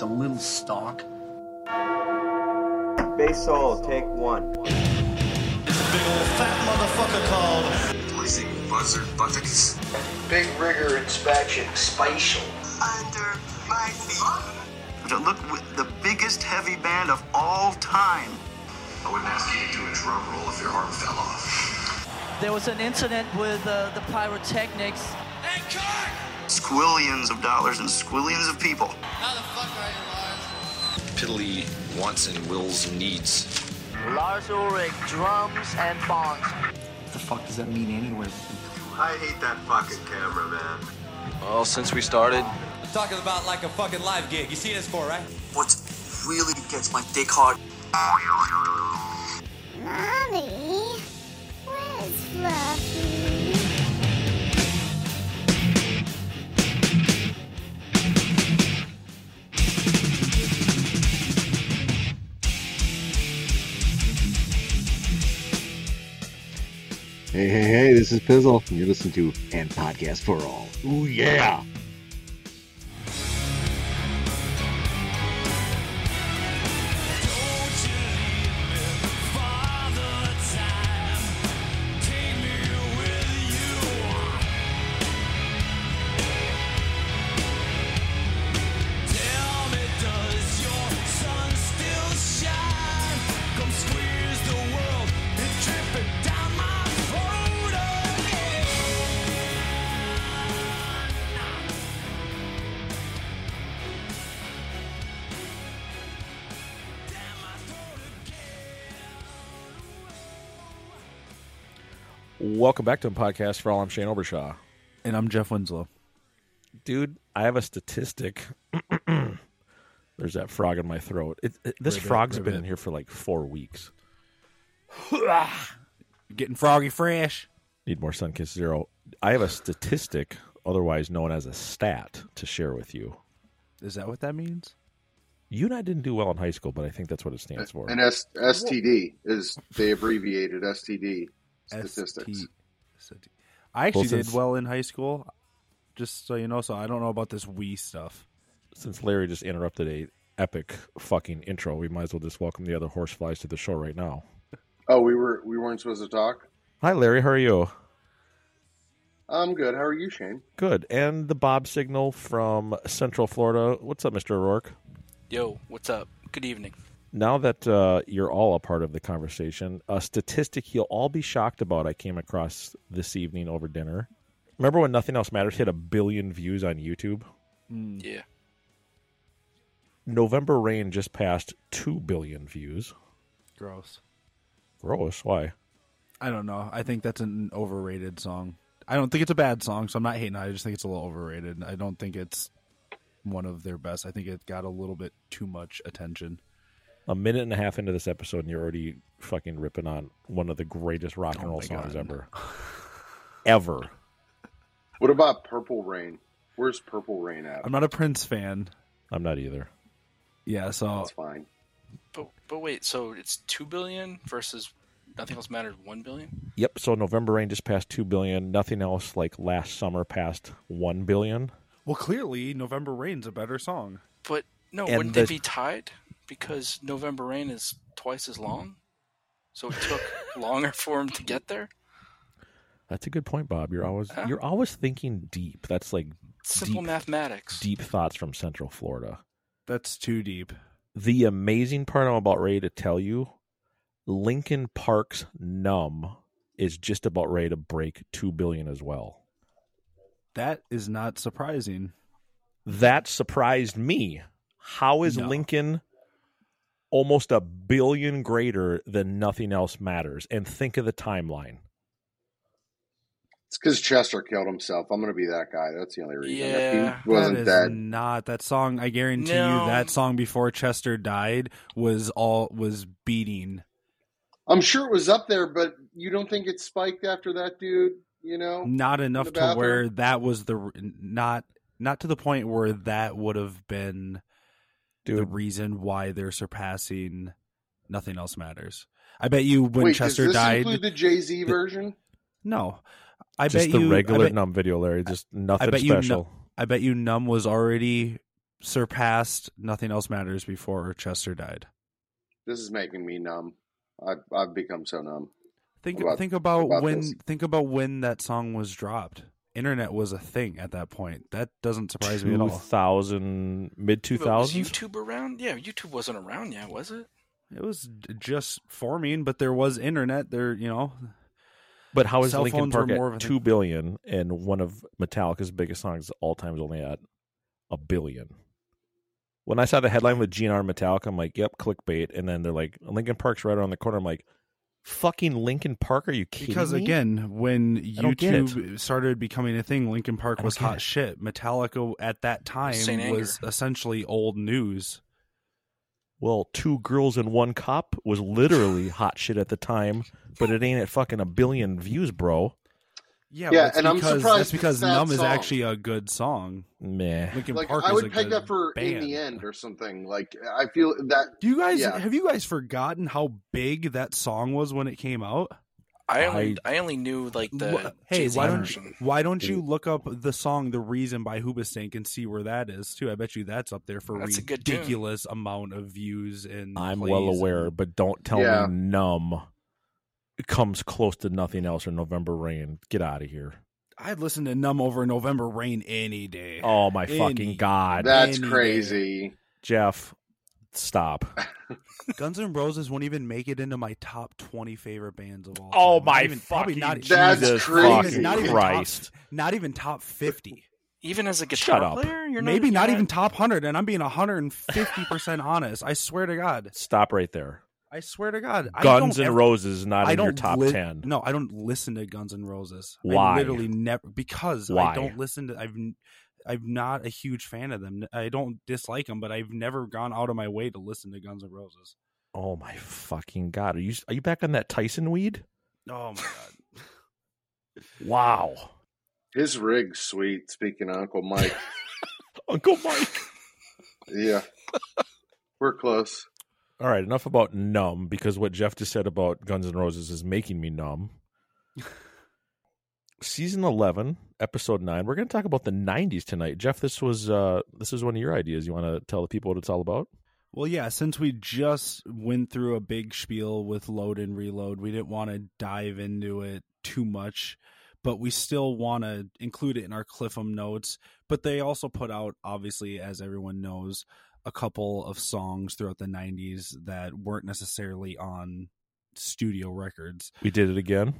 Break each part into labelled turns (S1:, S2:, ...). S1: It's a little stalk.
S2: Base Soul, take one.
S3: It's a big old fat motherfucker called.
S4: Using buzzer buttons.
S5: Big rigor inspection, spatial.
S6: Under my feet.
S7: To look with the biggest heavy band of all time.
S4: I wouldn't ask you to do a drum roll if your arm fell off.
S8: There was an incident with uh, the pyrotechnics.
S3: And cut!
S7: Squillions of dollars and squillions of people.
S6: How the fuck are you, Lars?
S4: Piddly wants and wills and needs.
S5: Lars Ulrich, drums and bongs.
S1: What the fuck does that mean anyway?
S4: I hate that fucking camera, man.
S9: Well, since we started,
S3: I'm talking about like a fucking live gig. You see this for, right?
S9: what really gets my dick hard
S6: Mommy, where's Fluffy?
S10: Hey, hey, hey, this is Pizzle, and you're listening to And Podcast for All. Ooh, yeah!
S11: Welcome back to a podcast for all. I'm Shane Obershaw.
S12: And I'm Jeff Winslow.
S11: Dude, I have a statistic. There's that frog in my throat. It, it- this
S12: Ribbit,
S11: frog's been
S12: ribbit.
S11: in here for like four weeks.
S12: Getting froggy fresh.
S11: Need more Sun Kiss Zero. I have a statistic, otherwise known as a stat, to share with you.
S12: Is that what that means?
S11: You and I didn't do well in high school, but I think that's what it stands for.
S13: And S- STD is they abbreviated STD statistics.
S12: ST. I actually
S11: Well, since-
S12: did well in high school, just so you know. So I don't know about this we stuff.
S11: Since Larry just interrupted a epic fucking intro, we might as well just welcome the other horseflies to the show right now.
S13: Oh, we were we weren't supposed to talk.
S11: Hi, Larry. How are you?
S13: I'm good. How are you, Shane?
S11: Good. And the Bob signal from Central Florida. What's up, Mr. O'Rourke?
S9: Yo, what's up? Good evening.
S11: Now that uh, you're all a part of the conversation, a statistic you'll all be shocked about I came across this evening over dinner. Remember when Nothing Else Matters hit a billion views on YouTube?
S9: Yeah.
S11: November Rain just passed 2 billion views.
S12: Gross.
S11: Gross. Why?
S12: I don't know. I think that's an overrated song. I don't think it's a bad song, so I'm not hating. on it. I just think it's a little overrated. I don't think it's one of their best. I think it got a little bit too much attention.
S11: A minute and a half into this episode, and you're already fucking ripping on one of the greatest rock and
S12: Oh
S11: roll
S12: my
S11: songs
S12: God.
S11: ever. ever.
S13: What about Purple Rain? Where's Purple Rain at?
S12: I'm not a Prince fan.
S11: I'm not either.
S12: Yeah, so
S13: That's fine.
S6: But, but wait, so it's 2 billion versus nothing else matters 1 billion?
S11: Yep. So November Rain just passed 2 billion. Nothing else like last summer passed 1 billion.
S12: well, clearly November Rain's a better song.
S6: But no,
S11: And
S6: wouldn't
S11: the-
S6: they be tied? Because November Rain is twice as long. So it took longer for him to get there?
S11: That's a good point, Bob. You're always you're always thinking deep. That's like
S6: Simple
S11: Deep.
S6: mathematics.
S11: deep thoughts from Central Florida.
S12: That's too deep.
S11: The amazing part I'm about ready to tell you, Lincoln Park's Numb is just about ready to break 2 billion as well.
S12: That is not surprising.
S11: That surprised me. How is
S12: No.
S11: Lincoln almost a billion greater than nothing else matters? And think of the timeline.
S13: It's because Chester killed himself. I'm going to be that guy. That's the only reason.
S6: Yeah.
S13: if he wasn't
S12: that is
S13: dead,
S12: not that song. I guarantee
S6: No.
S12: you that song before Chester died was all was beating.
S13: I'm sure it was up there. But you don't think it spiked after that dude? You know,
S12: Not enough
S13: the
S12: to
S13: bathroom?
S12: where that was the not not to the point where that would have been the
S11: Dude,
S12: reason why they're surpassing nothing else matters. I bet you when
S13: Wait,
S12: Chester
S13: does this
S12: died
S13: include the Jay Z version?
S12: No. I
S11: just
S12: bet
S11: the
S12: you I
S11: regular
S12: bet-
S11: Numb video, Larry. Just nothing
S12: bet you
S11: special.
S12: I bet you Numb was already surpassed Nothing Else Matters before Chester died.
S13: This is making me numb. I've, I've become so numb.
S12: Think
S13: About-
S12: think about,
S13: about
S12: when
S13: this.
S12: think about when that song was dropped. Internet was a thing at that point. That doesn't surprise me at all.
S11: 2000 mid
S6: Yeah, but was
S11: 2000s.
S6: YouTube around? Yeah, YouTube wasn't around yet, was it?
S12: It was d- just forming, but there was internet. There, you know.
S11: But how is
S12: cell
S11: Lincoln
S12: phones
S11: Park
S12: were more of
S11: at
S12: a thing.
S11: two billion and one of Metallica's biggest songs all time is only at a billion? When I saw the headline with GNR Metallica, I'm like, "Yep, clickbait." And then they're like, "Lincoln Park's right around the corner." I'm like, "Fucking Lincoln Park? Are you kidding
S12: Because
S11: me?"
S12: again, when
S11: I don't get
S12: YouTube started becoming a thing, Linkin Park
S11: don't
S12: was
S11: get
S12: hot
S11: it.
S12: shit. Metallica at that time
S11: Saint Anger.
S12: was essentially old news.
S11: well, two girls and one cop was literally hot shit at the time, but it ain't at fucking a billion views, bro.
S12: Yeah,
S13: Yeah,
S12: that's
S13: and I'm
S12: because,
S13: surprised
S12: that's
S13: it's
S12: because
S13: that
S12: Numb is
S13: song.
S12: actually a good song.
S11: Meh.
S12: Linkin
S13: Like
S12: Park
S13: I
S12: is
S13: would
S12: a
S13: peg
S12: good
S13: that for in
S12: band.
S13: the end or something. Like I feel that.
S12: Do you guys
S13: Yeah.
S12: have you guys forgotten how big that song was when it came out?
S6: I only I, only knew like the
S12: Wha- hey,
S6: Jay-Z
S12: why don't
S6: version.
S12: why don't you look up the song "The Reason" by Hoobastank and see where that is too? I bet you that's up there for
S6: That's a good tune.
S12: ridiculous amount of views and.
S11: I'm
S12: plays.
S11: well aware, but don't tell
S12: Yeah.
S11: me numb comes close to nothing else or November rain. Get out of here.
S12: I'd listen to "Numb" over "November Rain" any day.
S11: Oh my
S12: Any-
S11: fucking god.
S12: That's any
S13: crazy.
S11: Jeff, stop.
S12: Guns N' Roses won't even make it into my top twenty favorite bands of all.
S11: Oh
S12: time. Not
S11: my
S12: even- probably
S11: fucking
S12: not,
S11: That's
S12: not even-
S11: crazy.
S12: not even- not even top-
S11: Christ.
S12: not even top fifty.
S6: Even as a guitar
S12: Shut up.
S6: player, you're not,
S12: Maybe
S6: you're
S12: not even top 100, and I'm being 150% honest. I swear to God.
S11: Stop right there.
S12: I swear to God. I
S11: Guns
S12: don't
S11: N'
S12: ever-
S11: Roses not
S12: I
S11: in your
S12: don't
S11: top
S12: li-
S11: 10.
S12: No, I don't listen to Guns N' Roses. I
S11: Why?
S12: literally never because
S11: Why?
S12: I don't listen to I've n- I'm not a huge fan of them. I don't dislike them, but I've never gone out of my way to listen to Guns N' Roses.
S11: Oh my fucking god. Are you are you back on that Tyson weed?
S12: Oh my god.
S11: Wow.
S13: His rig's sweet. Speaking of Uncle Mike.
S11: Uncle Mike.
S13: Yeah. We're close.
S11: All right, enough about numb because what Jeff just said about Guns N' Roses is making me numb. Season 11, episode 9. We're going to talk about the 90s tonight. Jeff, this was uh this is one of your ideas. You want to tell the people what it's all about?
S12: Well, yeah, since we just went through a big spiel with load and reload, we didn't want to dive into it too much, but we still want to include it in our Cliffham notes. But they also put out, obviously, as everyone knows, a couple of songs throughout the 90s that weren't necessarily on studio records.
S11: We did it again.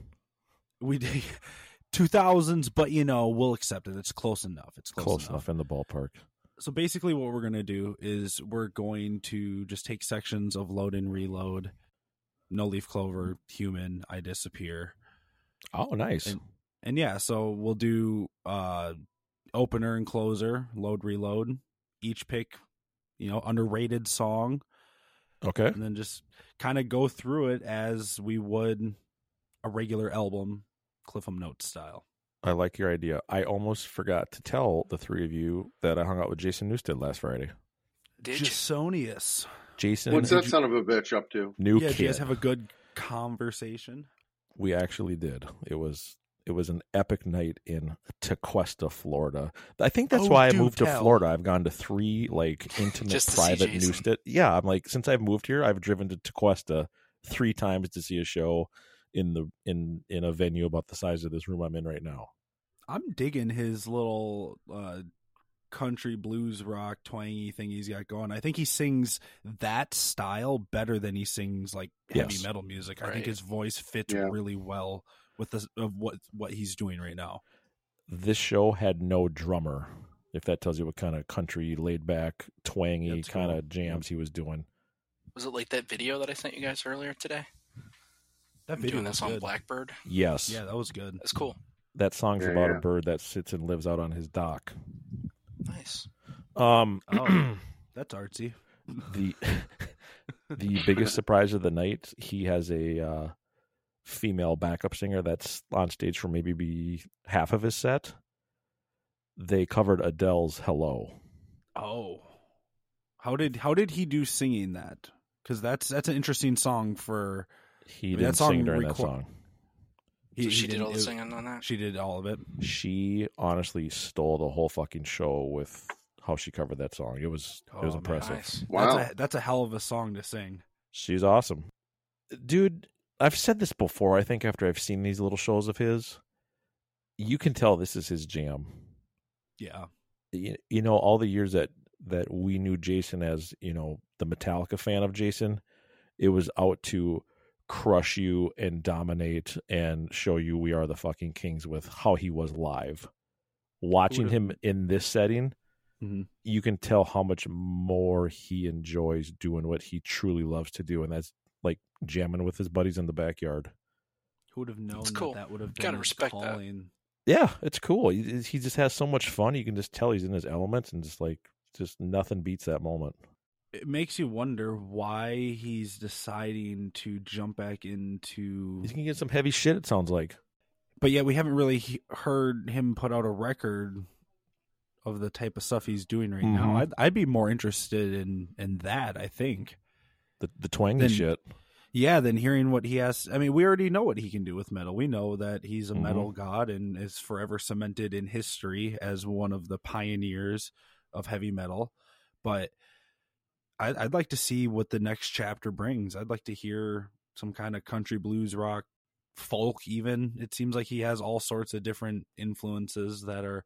S12: We did 2000s, but you know, we'll accept it. It's close enough. It's close,
S11: Close
S12: enough
S11: enough in the ballpark.
S12: so basically what we're going to do is we're going to just take sections of load and reload no leaf clover human i disappear
S11: Oh, nice.
S12: and, and yeah so we'll do uh opener and closer load reload each pick you know underrated song
S11: Okay.
S12: and then just kind of go through it as we would a regular album cliffham notes style
S11: I like your idea. I almost forgot to tell the three of you that I hung out with Jason Newstead last Friday.
S12: jasonius
S11: Jason
S13: What's that son of a bitch up to?
S11: New
S12: yeah do you guys
S11: kid.
S12: have a good conversation
S11: We actually did. It was it was an epic night in Tequesta, Florida. I think that's
S12: Oh,
S11: why I
S12: do
S11: moved to
S12: tell.
S11: Florida. I've gone to three like intimate
S12: Just to see
S11: private
S12: Jason.
S11: Newstead. Yeah, I'm like since I've moved here, I've driven to Tequesta three times to see a show in the in in a venue about the size of this room I'm in right now.
S12: I'm digging his little uh country blues rock twangy thing he's got going. I think he sings that style better than he sings like heavy
S11: Yes.
S12: metal music. I
S11: Right.
S12: think his voice fits really well with the of what what he's doing right now.
S11: This show had no drummer. If that tells you what kind of country laid back, twangy kind of jams he was doing.
S6: Was it like that video that I sent you guys earlier today?
S12: That
S6: video doing this on Blackbird.
S11: Yes.
S12: Yeah, that was good.
S6: That's cool.
S11: That song's
S6: Yeah,
S11: about
S6: yeah.
S11: a bird that sits and lives out on his dock.
S6: Nice.
S11: Um
S12: Oh, that's artsy.
S11: the the biggest surprise of the night. He has a uh, female backup singer that's on stage for maybe be half of his set. They covered Adele's "Hello."
S12: Oh. How did how did he do singing that? Cuz that's that's an interesting song for
S11: He didn't sing during that song.
S6: So she did
S12: didn't
S6: all the
S12: do-
S6: singing on that?
S12: She did all of it.
S11: She honestly stole the whole fucking show with how she covered that song. It was it was
S12: Oh, man.
S11: impressive.
S12: That's a, that's a hell of a song to sing.
S11: She's awesome. Dude, I've said this before, I think, after I've seen these little shows of his. You can tell this is his jam.
S12: Yeah.
S11: You, you know, all the years that, that we knew Jason as, you know, the Metallica fan of Jason, it was out to crush you and dominate and show you we are the fucking kings with how he was live. Watching
S12: Would've-
S11: him in this setting,
S6: Hmm.
S12: Mhm.
S11: you can tell how much more he enjoys doing what he truly loves to do, and that's like jamming with his buddies in the backyard.
S12: Who would have known
S6: cool.
S12: that that would have been
S6: Gotta
S12: his
S6: respect that.
S12: calling?
S11: Yeah, it's cool. He, he just has so much fun. You can just tell he's in his element, and just like just nothing beats that moment.
S12: It makes you wonder why he's deciding to jump back into.
S11: He's gonna get some heavy shit. It sounds like
S12: But yet we haven't really he- heard him put out a record of the type of stuff he's doing right now.
S11: Mhm.
S12: I'd, I'd be more interested in in that. I think
S11: the the twangy
S12: Then-
S11: shit.
S12: Yeah, than hearing what he has. I mean, we already know what he can do with metal. We know that he's a
S11: Mhm.
S12: metal god and is forever cemented in history as one of the pioneers of heavy metal. But I, I'd like to see what the next chapter brings. I'd like to hear some kind of country blues rock, folk, even. It seems like he has all sorts of different influences that are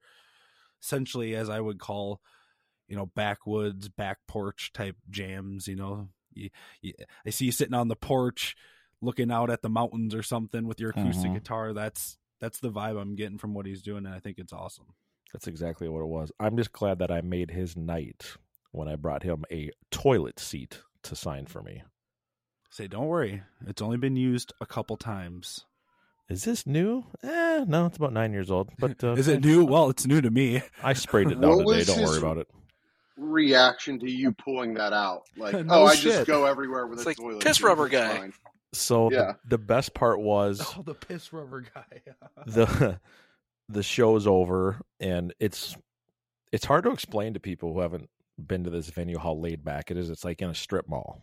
S12: essentially, as I would call, you know, backwoods, back porch type jams, you know. You- you- I see you sitting on the porch looking out at the mountains or something with your acoustic
S11: Mhm.
S12: guitar. That's that's the vibe I'm getting from what he's doing and I think it's awesome.
S11: That's exactly what it was. I'm just glad that I made his night when I brought him a toilet seat to sign for me.
S12: Say don't worry, it's only been used a couple times.
S11: Is this new? Eh, no, it's about nine years old. But uh,
S12: Is it new? Well, it's new to me.
S11: I sprayed it down
S13: What
S11: today.
S13: was
S11: Don't
S13: his-
S11: worry about it.
S13: Reaction to you pulling that out, like,
S11: No
S13: oh, I
S11: shit.
S13: just go everywhere with
S6: It's
S13: a
S6: like
S13: toilet.
S6: piss
S13: seat,
S6: rubber
S13: it's
S6: guy.
S13: fine.
S11: So the-
S13: Yeah.
S11: the, best part was
S12: Oh, the piss rubber guy.
S11: the the show's over, and it's it's hard to explain to people who haven't been to this venue how laid back it is. It's like in a strip mall.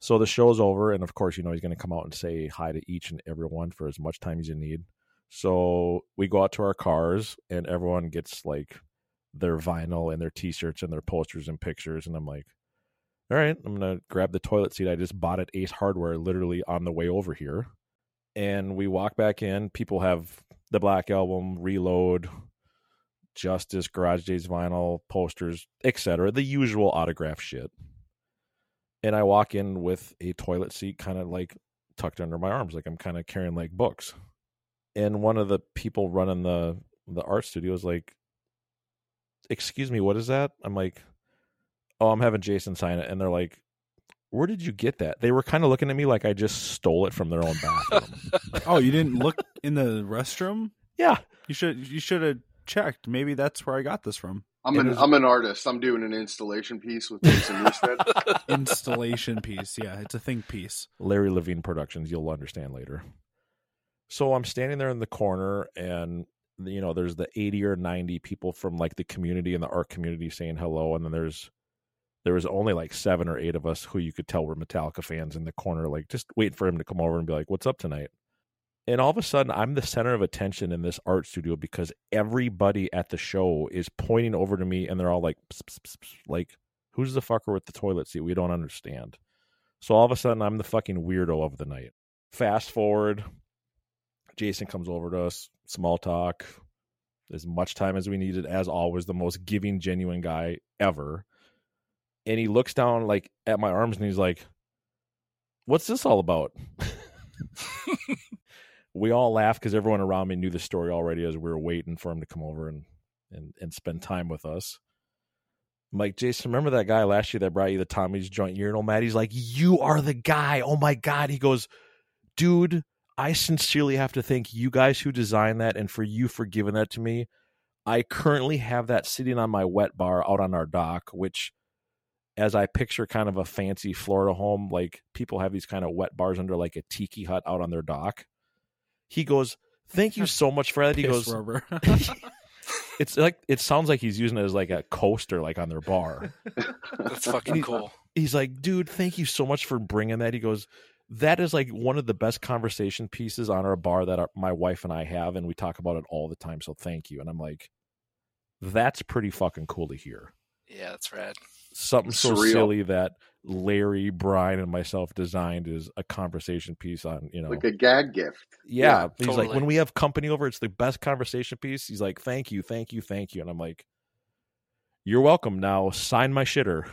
S11: So the show's over, and of course, you know he's going to come out and say hi to each and everyone for as much time as you need. So we go out to our cars, and everyone gets like their vinyl and their T-shirts and their posters and pictures, and I'm like. all right, I'm gonna grab the toilet seat I just bought at Ace Hardware literally on the way over here. And we walk back in. People have the Black Album, Reload, Justice, Garage Days vinyl, posters, etc. The usual autograph shit. And I walk in with a toilet seat kind of like tucked under my arms, like I'm kind of carrying like books. And one of the people running the the art studio is like, "Excuse me, what is that?" I'm like, oh, I'm having Jason sign it. And they're like, where did you get that? They were kind of looking at me like I just stole it from their own bathroom.
S12: oh, you didn't look in the restroom?
S11: Yeah.
S12: You should you should have checked. Maybe that's where I got this from.
S13: I'm
S12: It
S13: an
S12: was
S13: I'm an artist. I'm doing an installation piece with Jason Newstead.
S12: installation piece. Yeah, it's a think piece.
S11: Larry Levine Productions, you'll understand later. So I'm standing there in the corner and you know, there's the 80 or 90 people from like the community and the art community saying hello and then there's there was only like 7 or 8 of us who you could tell were Metallica fans in the corner like just waiting for him to come over and be like, "What's up tonight?" And all of a sudden, I'm the center of attention in this art studio because everybody at the show is pointing over to me and they're all like, "Psst, psst, psst, psst," like, who's the fucker with the toilet seat? We don't understand. So all of a sudden, I'm the fucking weirdo of the night. Fast forward, Jason comes over to us, small talk, as much time as we needed, as always, the most giving, genuine guy ever. And he looks down like at my arms and he's like, What's this all about? we all laughed because everyone around me knew the story already as we were waiting for him to come over and and and spend time with us. I'm like, Jason, remember that guy last year that brought you the Tommy's joint urinal? Maddie's like, You are the guy. Oh my God. He goes, Dude, I sincerely have to thank you guys who designed that and for you for giving that to me. I currently have that sitting on my wet bar out on our dock, which as I picture kind of a fancy Florida home, like people have these kind of wet bars under like a tiki hut out on their dock. He goes, Thank you so much for that. He
S12: Piss
S11: goes,
S12: rubber.
S11: It's like, it sounds like he's using it as like a coaster, like on their bar.
S6: That's fucking cool.
S11: He's like, dude, thank you so much for bringing that. He goes, that is like one of the best conversation pieces on our bar that our, my wife and I have, and we talk about it all the time. So thank you. And I'm like, that's pretty fucking cool to hear.
S6: Yeah, that's rad.
S11: Something so
S6: Surreal.
S11: silly that Larry, Brian, and myself designed is a conversation piece on you know
S13: Like a gag gift.
S11: yeah,
S13: Yeah,
S11: he's like
S13: totally.
S11: when we have company over it's the best conversation piece he's like thank you thank you thank you and i'm like you're welcome now sign my shitter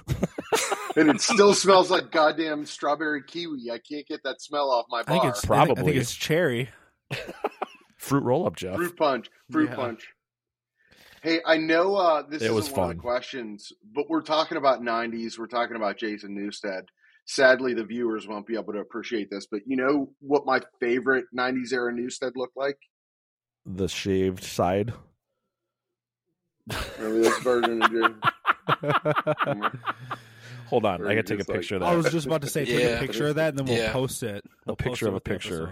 S13: And it still smells like goddamn strawberry kiwi. I can't get that smell off my
S11: I
S13: bar.
S11: think it's- I think- I think Probably.
S12: it's cherry.
S11: fruit roll up jeff
S13: Fruit punch. Fruit
S11: Yeah.
S13: punch. Hey, I know uh, this
S11: It
S13: isn't
S11: was
S13: one of
S11: fun.
S13: the questions, but we're talking about '90s. We're talking about Jason Newstead. Sadly, the viewers won't be able to appreciate this, but you know what my favorite '90s era Newstead looked like?
S11: the shaved side
S13: Remember this version of Jim?
S11: hold on
S12: Or
S11: i gotta
S12: it's
S11: take a
S12: just like-
S11: picture of that
S12: I was just about to say, take a
S11: Yeah.
S12: picture of that, and then we'll
S11: Yeah.
S12: post it. We'll
S11: a picture
S12: post it
S11: of a
S12: with the
S11: picture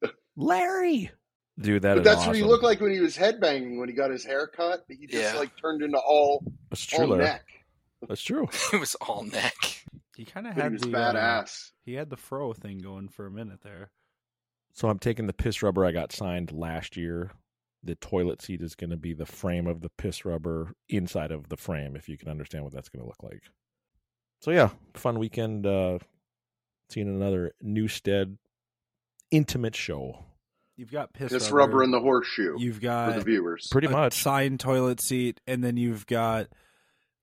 S12: episode.
S11: larry dude that
S13: but
S11: is
S13: that's
S11: awesome.
S13: what he looked like when he was headbanging when he got his hair cut. He just
S11: Yeah.
S13: like turned into all
S11: that's
S13: all
S11: true Larry.
S13: neck.
S11: that's true
S6: It was all neck.
S12: He kind of
S13: But he
S12: had
S13: was
S12: the
S13: badass.
S12: Uh, he had the fro thing going for a minute there.
S11: so i'm taking the piss rubber i got signed last year the toilet seat is going to be the frame of the piss rubber inside of the frame if you can understand what that's going to look like so yeah, fun weekend. Uh, seeing another Newstead intimate show.
S12: You've got piss,
S13: Piss rubber in the horseshoe
S12: You've got
S13: for the viewers.
S11: Pretty
S12: a
S11: much.
S12: signed toilet seat, and then you've got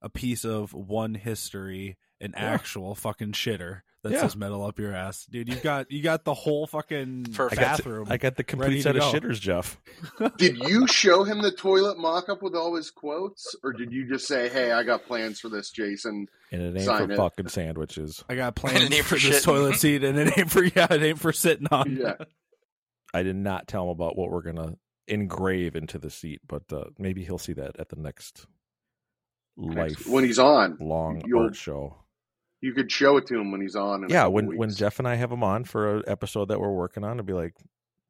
S12: a piece of one history, an
S11: Yeah.
S12: actual fucking shitter that
S11: Yeah.
S12: says metal up your ass, dude. You've got you got the whole fucking
S11: I got the-
S12: bathroom.
S11: I got the
S12: ready
S11: complete
S12: to
S11: set of
S12: go.
S11: shitters, Jeff.
S13: Did you show him the toilet mock-up with all his quotes, or did you just say, "Hey, I got plans for this, Jason"?
S11: And it ain't
S13: Sign
S11: for
S13: it.
S11: fucking sandwiches.
S12: I got plans
S13: ain't
S12: for,
S13: for
S12: this
S13: shitting.
S12: toilet seat, and it ain't for yeah, it ain't for sitting on.
S13: Yeah.
S11: I did not tell him about what we're gonna engrave into the seat, but uh, maybe he'll see that at the next life
S13: when he's on,
S11: long
S13: you'll-
S11: art show.
S13: You could show it to him when he's on. In a
S11: Yeah,
S13: couple
S11: when
S13: weeks.
S11: when Jeff and I have him on for an episode that we're working on, and be like,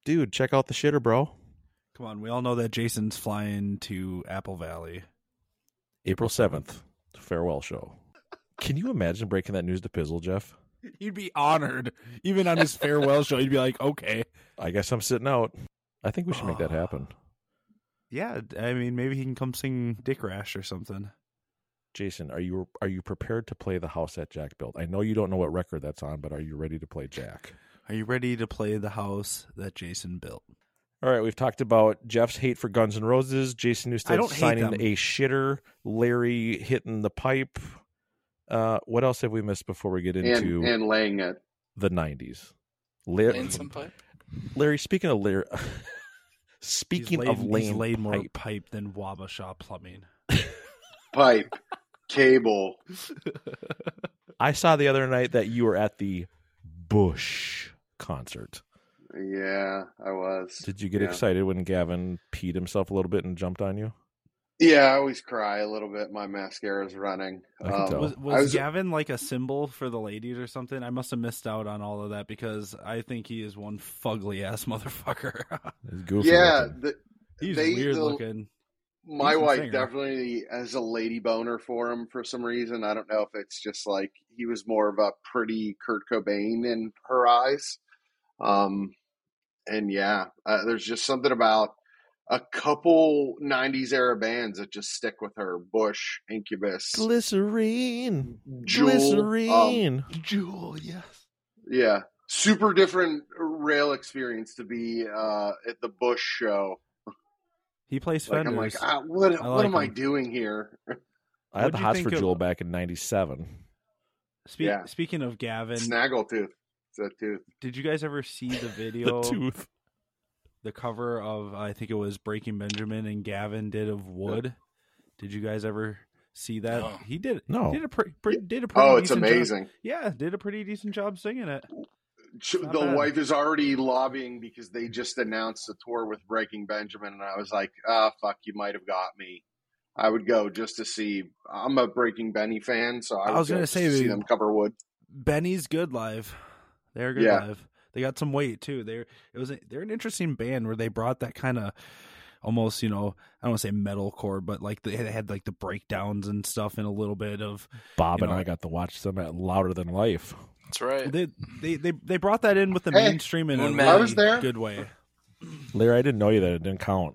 S11: dude, check out the shitter, bro.
S12: Come on, we all know that Jason's flying to Apple Valley.
S11: April seventh, farewell show. Can you imagine breaking that news to Pizzle, Jeff?
S12: You'd be honored, even on his farewell show. You'd be like, okay,
S11: I guess I'm sitting out. I think we should make that
S13: Ah.
S11: happen.
S12: yeah. I mean, maybe he can come sing Dick Rash or something.
S11: Jason, are you are you prepared to play the house that Jack built? I know you don't know what record that's on, but are you ready to play Jack?
S12: Are you ready to play the house that Jason built?
S11: All right, we've talked about Jeff's hate for Guns N' Roses,
S12: I
S11: Jason Newstead
S12: don't hate
S11: signing
S12: them.
S11: a shitter, Larry hitting the pipe. Uh, what else have we missed before we get
S13: and
S11: into
S13: and laying it.
S11: the nineties? La-
S6: Laying some pipe?
S11: Larry, speaking of Larry, speaking
S12: he's laid,
S11: of
S12: he's
S11: laying
S12: laid more
S11: pipe,
S12: pipe. than Wabasha Plumbing.
S13: pipe, cable.
S11: I saw the other night that you were at the Bush concert.
S13: Yeah, I was.
S11: Did you get
S13: Yeah.
S11: excited when Gavin peed himself a little bit and jumped on you?
S13: Yeah, I always cry a little bit. My mascara's running. Um,
S11: I can tell.
S12: Was,
S13: I
S12: was,
S13: was-
S12: Gavin like a symbol for the ladies or something? I must have missed out on all of that because I think he is one fugly ass motherfucker.
S11: He's
S13: yeah, the,
S12: he's
S13: they-
S12: weird
S13: the-
S12: looking.
S13: My
S12: Decent
S13: wife
S12: singer.
S13: definitely has a lady boner for him for some reason. I don't know if it's just like he was more of a pretty Kurt Cobain in her eyes. Um, and yeah, uh, there's just something about a couple 90s era bands that just stick with her Bush, Incubus,
S11: Glycerine.
S13: Jewel, um,
S11: Glycerine.
S12: Jewel, yes.
S13: Yeah. Super different rail experience to be uh, at the Bush show.
S12: He plays
S13: Like,
S12: Fenders.
S13: I'm like, ah, what,
S12: I
S13: what
S12: like
S13: am I
S12: him.
S13: doing here?
S11: I
S12: What'd
S11: had the
S12: you
S11: hots
S12: think
S11: for
S12: of-
S11: Jewel back in 97.
S12: Spe-
S13: ah, Yeah.
S12: Speaking of Gavin,
S13: Snaggletooth. It's that tooth.
S12: did you guys ever see the video?
S11: tooth.
S12: the cover of I think it was Breaking Benjamin and Gavin did of Wood. Did you guys ever see that?
S11: No.
S12: He did.
S11: No.
S12: he did a pretty, pretty did a pretty.
S13: Oh, it's
S12: decent job-
S13: amazing.
S12: Yeah, did a pretty decent job singing it.
S13: Ch-
S12: Not
S13: the
S12: bad.
S13: wife is already lobbying because they just announced a tour with Breaking Benjamin, and I was like, "Ah, fuck, you might have got me." I would go just to see. I'm a Breaking Benny fan, so I,
S12: I
S13: would
S12: was
S13: go
S12: gonna
S13: just
S12: say,
S13: to see
S12: dude.
S13: them cover Wood.
S12: Benny's good live. They're good
S13: Yeah.
S12: live. They got some weight too. They're it was a, they're an interesting band where they brought that kind of almost you know I don't want to say metalcore, but like they had, they had like the breakdowns and stuff and a little bit of
S11: Bob
S12: you
S11: and
S12: know,
S11: I got to watch them at Louder Than Life.
S6: That's right.
S12: They they they, they brought that in with the
S13: Hey,
S12: mainstream in a
S13: Moon
S12: really
S13: Man. I was there.
S12: good way.
S11: Larry, I didn't know you that. It didn't count.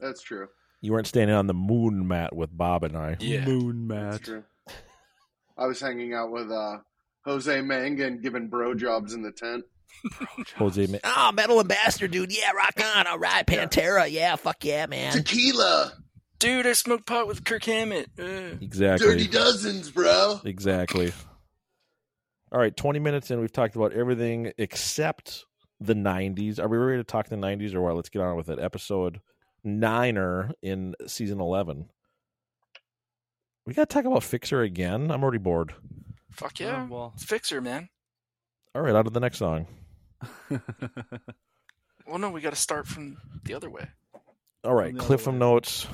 S13: That's true.
S11: You weren't standing on the moon mat with Bob and I.
S12: Moon Matt.
S13: That's true. I was hanging out with uh, Jose Manga and giving bro jobs in the tent.
S11: Jose, Ma-
S14: Oh, metal ambassador, dude. Yeah, rock on. All right, Pantera. Yeah, fuck yeah, man.
S13: Tequila.
S6: Dude, I smoked pot with Kirk Hammett. Ugh.
S11: exactly.
S13: bro.
S11: Exactly. All right, 20 minutes in, we've talked about everything except the 90s. Are we ready to talk the 90s or what? Let's get on with it. Episode niner in season 11. We got to talk about Fixer again. I'm already bored.
S6: Fuck
S12: Oh,
S6: yeah. it's Fixer, man.
S11: All right, on to the next song.
S6: Well, no, we got to start from the other way.
S11: All right, Cliffham Notes.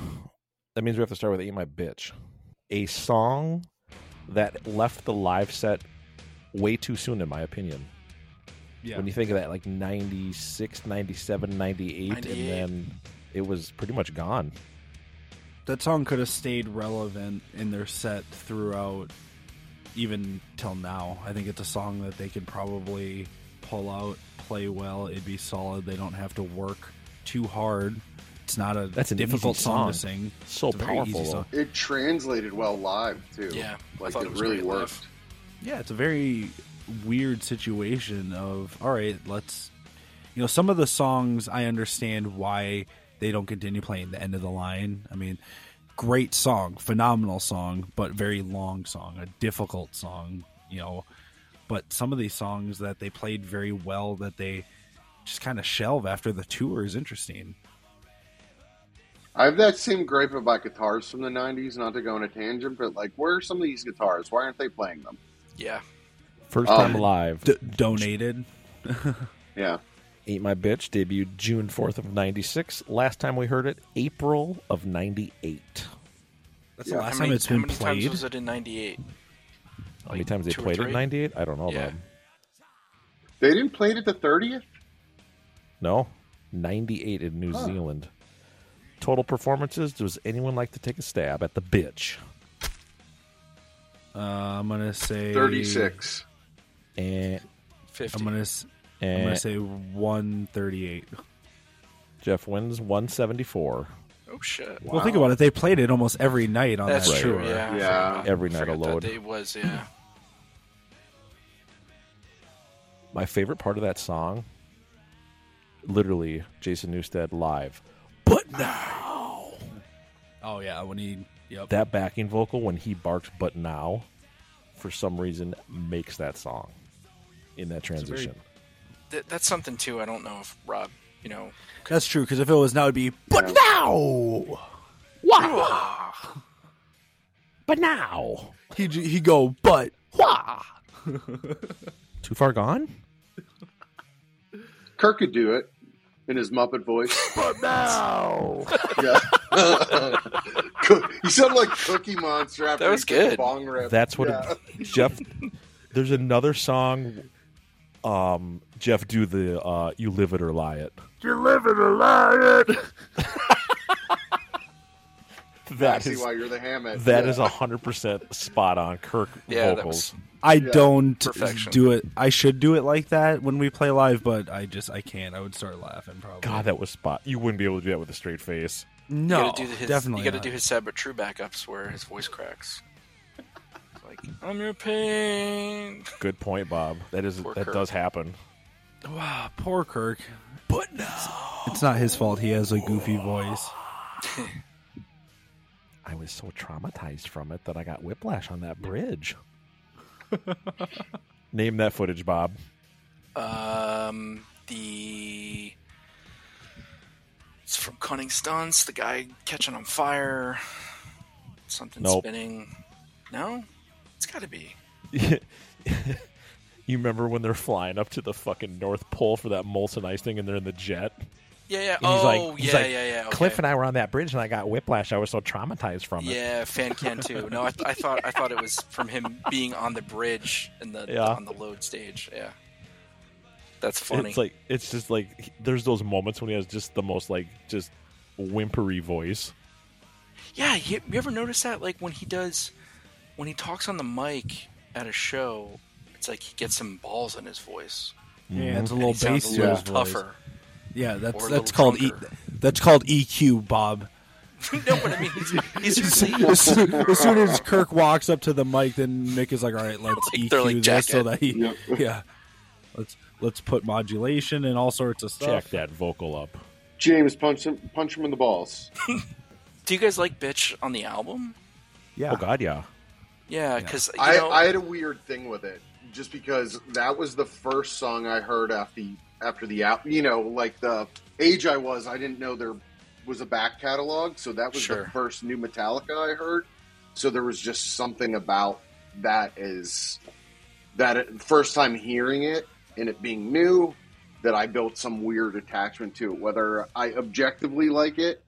S11: That means we have to start with Ain't My Bitch. A song that left the live set way too soon, in my opinion.
S12: Yeah.
S11: When you think of that, like 96, 97, 98,
S12: 98.
S11: and then it was pretty much gone.
S12: that song could have stayed relevant in their set throughout even till now i think it's a song that they could probably pull out play well it'd be solid they don't have to work too hard it's not a
S11: That's an
S12: difficult
S11: easy
S12: song. to
S11: song.
S12: sing
S11: So
S12: It's a very easy
S11: powerful, though.
S12: song.
S13: It translated well live too.
S12: Yeah, I
S13: like
S12: thought
S13: it,
S12: it was
S13: really
S12: great
S13: worked.
S12: yeah it's a very weird situation of all right let's you know some of the songs i understand why they don't continue playing the end of the line i mean great song phenomenal song but very long song a difficult song you know but some of these songs that they played very well that they just kind of shelve after the tour is interesting
S13: I have that same gripe about guitars from the '90s. Not to go on a tangent, but like, where are some of these guitars? Why aren't they playing them?
S6: Yeah.
S11: First
S13: Um,
S11: time live.
S12: D- donated
S13: Yeah.
S11: Ain't My Bitch debuted June 4th of 96. Last time we heard it, April of 98.
S12: that's
S6: How
S12: the last
S6: many-
S12: time it's
S6: how
S12: been
S6: many
S12: played
S6: times was it in 98?
S11: How many times they
S6: two or
S11: played it in
S6: three?
S11: 98? I don't know.
S6: Yeah.
S11: Bob.
S13: They didn't play it at the 30th.
S11: No, 98 in New
S13: Huh.
S11: Zealand. Total performances. Does anyone like to take a stab at the bitch?
S12: uh, i'm gonna say
S13: 36.
S11: And
S12: i'm gonna s- i'm
S11: Eh.
S12: gonna say 138
S11: Jeff wins 174.
S6: Oh, shit.
S12: Well, think about it. They played it almost every night on
S6: That's
S12: that
S6: true,
S12: tour.
S6: yeah.
S11: Every night a load.
S6: It was, yeah.
S11: My favorite part of that song, literally, Jason Newstead live. But now.
S12: Oh yeah, when he yep.
S11: That backing vocal when he barks, but now, for some reason, makes that song in that
S6: It's a very-
S11: transition.
S6: That, that's something, too. I don't know if Rob, you know.
S12: That's true because if it was now, it'd be but now.
S6: Wow.
S11: But now
S12: he he go but wah.
S11: Too far gone?
S13: Kirk could do it in his Muppet voice.
S11: But now,
S13: yeah. he sounded like Cookie Monster after
S6: That was
S13: he took the
S6: good.
S13: Bong rip.
S11: That's what
S13: Yeah.
S11: it, Jeff. There's another song. Um, Jeff, do the uh, "You Live It or Lie It."
S13: You're living a lie.
S11: That
S13: I
S11: is-
S13: see why you're the Hammett.
S11: That
S13: Yeah.
S11: is a hundred percent spot on Kirk
S13: Yeah, that
S11: vocals.
S12: I
S13: Yeah.
S12: don't
S11: Perfection.
S12: do it. I should do it like that when we play live, but I just I can't. I would start laughing probably.
S11: God, that was spot. You wouldn't be able to do that with a straight face.
S12: No,
S6: you gotta do the- his,
S12: definitely
S6: You got
S12: not.
S6: to do his sad but true backups where his voice cracks. It's like, I'm your pain.
S11: Good point, Bob. That is
S6: Poor
S11: that
S6: Kirk.
S11: does happen.
S12: Wow, poor Kirk. But no, it's not his fault. He has a goofy voice.
S11: I was so traumatized from it that I got whiplash on that bridge. Name that footage, Bob.
S6: Um, the it's from Cunning Stunts. The guy catching on fire, something
S11: Nope.
S6: spinning. No, it's got to be.
S11: You remember when they're flying up to the fucking North Pole for that Molson Ice thing, and they're in the jet?
S6: Yeah, yeah.
S11: And he's
S6: oh,
S11: like, he's
S6: yeah,
S11: like,
S6: yeah, yeah. okay.
S11: Cliff and I were on that bridge, and I got whiplash. I was so traumatized from it.
S6: Yeah, fan can too. No, I, I thought I thought it was from him being on the bridge and the
S11: Yeah.
S6: on the load stage. Yeah, that's funny.
S11: It's like it's just like he- there's those moments when he has just the most like just whimpery voice.
S6: Yeah, you, you ever notice that? Like when he does, when he talks on the mic at a show, it's like he gets some balls in his voice.
S12: Yeah, it's a
S6: And
S12: little
S6: he
S12: bass
S6: sounds a little
S12: to his voice.
S6: tougher.
S12: Yeah,
S6: Or
S12: that's
S6: a
S12: that's
S6: little
S12: called e-
S6: drunker.
S12: that's called EQ, Bob.
S6: no, but I mean, he's, he's
S12: as, soon, as soon as Kirk walks up to the mic, then Mick is like, "All right, let's
S6: Like, they're
S12: EQ
S6: like,
S12: this
S6: "Jack
S12: so
S6: it."
S12: that he,
S6: Yep.
S12: yeah, let's let's put modulation and all sorts of stuff."
S11: Jack that vocal up.
S13: James, punch him, punch him in the balls.
S6: Do you guys like Bitch on the album?
S10: Ah.
S11: Yeah. Oh God, yeah.
S6: Yeah, because
S13: I,
S6: you know,
S13: I had a weird thing with it, just because that was the first song I heard after the after the out. You know, like the age I was, I didn't know there was a back catalog, so that was
S6: Sure.
S13: the first new Metallica I heard. So there was just something about that is that it, first time hearing it and it being new that I built some weird attachment to it. Whether I objectively like it,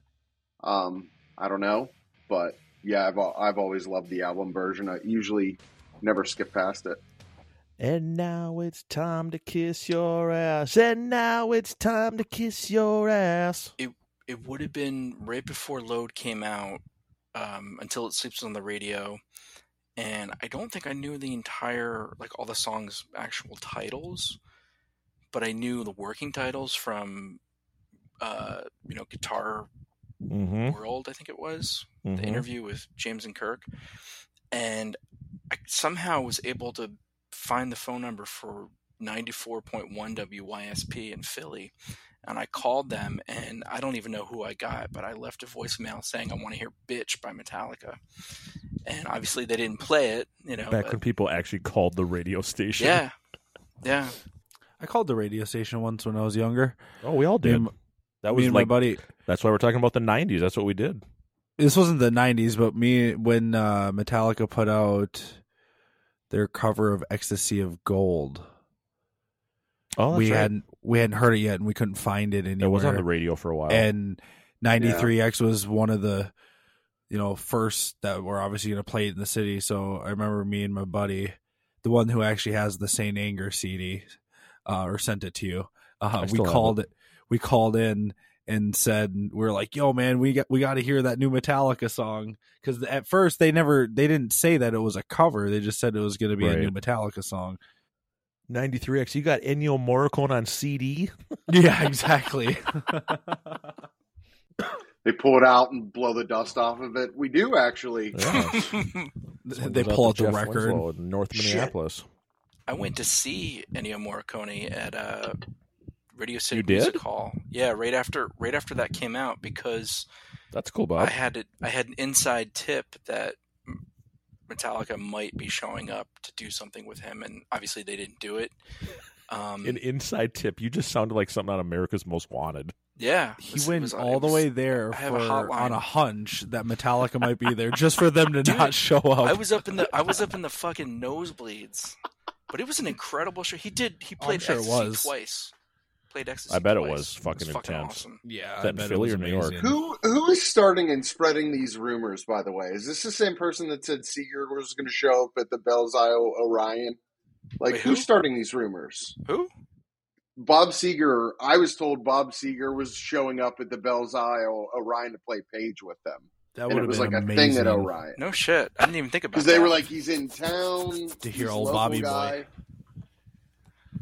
S13: um, I don't know, but yeah, I've al- I've always loved the album version. I usually never skip past it.
S10: And now it's time to kiss your ass. And now it's time to kiss your ass.
S6: it it would have been right before Load came out, um, until it sleeps on the radio, and I don't think I knew the entire like all the songs' actual titles, but I knew the working titles from, uh, you know, Guitar
S12: Hmm?
S11: Mm-hmm.
S6: World, I think it was
S11: Mhm.
S6: the interview with James and Kirk, and I somehow was able to find the phone number for 94.1 WYSP in Philly, and I called them, and I don't even know who I got, but I left a voicemail saying I want to hear "Bitch" by Metallica, and obviously they didn't play it, you know.
S11: Back
S6: but-
S11: when people actually called the radio station.
S6: yeah, yeah,
S12: I called the radio station once when I was younger.
S11: Oh, we all
S12: Me
S11: did.
S12: and-
S11: that
S12: me
S11: was
S12: and my
S11: like
S12: buddy.
S11: That's why we're talking about the '90s. That's what we did.
S12: This wasn't the '90s, but me when uh, Metallica put out their cover of "Ecstasy of Gold."
S11: Oh, that's
S12: we
S11: right.
S12: hadn't we hadn't heard it yet, and we couldn't find it anywhere.
S11: It was on the radio for a while.
S12: And 93X was one of the, you know, first that were obviously going to play it in the city. So I remember me and my buddy, the one who actually has the Saint Anger CD, uh, or sent it to you.
S11: I
S12: Uh, we
S11: still have
S12: called it. We called in and said we we're like, "Yo, man, we got we got to hear that new Metallica song." Because at first they never they didn't say that it was a cover. They just said it was going to be a new
S11: Right.
S12: Metallica song.
S11: 93X. You got Ennio Morricone on CD.
S12: Yeah, exactly.
S13: They pull it out and blow the dust off of it. We do actually.
S12: they pull out the record.
S11: in North
S13: Shit.
S11: Minneapolis.
S6: I went to see Ennio Morricone at uh, Radio City
S11: You did?
S6: Music Hall. Yeah, right after right after that came out because
S11: That's cool, Bob.
S6: I had it. I had an inside tip that Metallica might be showing up to do something with him, and obviously they didn't do it. Um,
S11: An inside tip. You just sounded like something on America's Most Wanted.
S6: yeah,
S12: He
S6: was-
S12: went
S6: was-
S12: all the
S6: was-
S12: way there
S6: I have a
S12: for-
S6: hotline.
S12: on a hunch that Metallica might be there just for them to not show up.
S6: I was up in the I was up in the fucking nosebleeds, but it was an incredible show. He did. He
S11: Oh,
S12: I'm
S6: played
S12: sure it
S6: ecstasy
S12: was.
S6: twice. Played ecstasy.
S11: I bet it
S6: twice.
S11: was fucking intense.
S6: awesome.
S12: Yeah,
S11: Is that in Philly or New York?
S13: Who who is starting and spreading these rumors? By the way, is this the same person that said Seeger was going to show up at the Bell's Isle Orion? Like
S6: Wait, who?
S13: who's starting these rumors?
S6: Who?
S13: Bob Seeger. I was told Bob Seeger was showing up at the Bell's Isle Orion to play Page with them.
S12: That
S13: And
S12: would've
S13: it was
S12: been
S13: like a thing
S12: amazing.
S13: at Orion
S6: No shit. I didn't even think about.
S13: because they were
S6: that.
S13: like, he's in town
S12: To hear
S13: he's a
S12: old
S13: local
S12: Bobby boy.
S13: guy. Uh,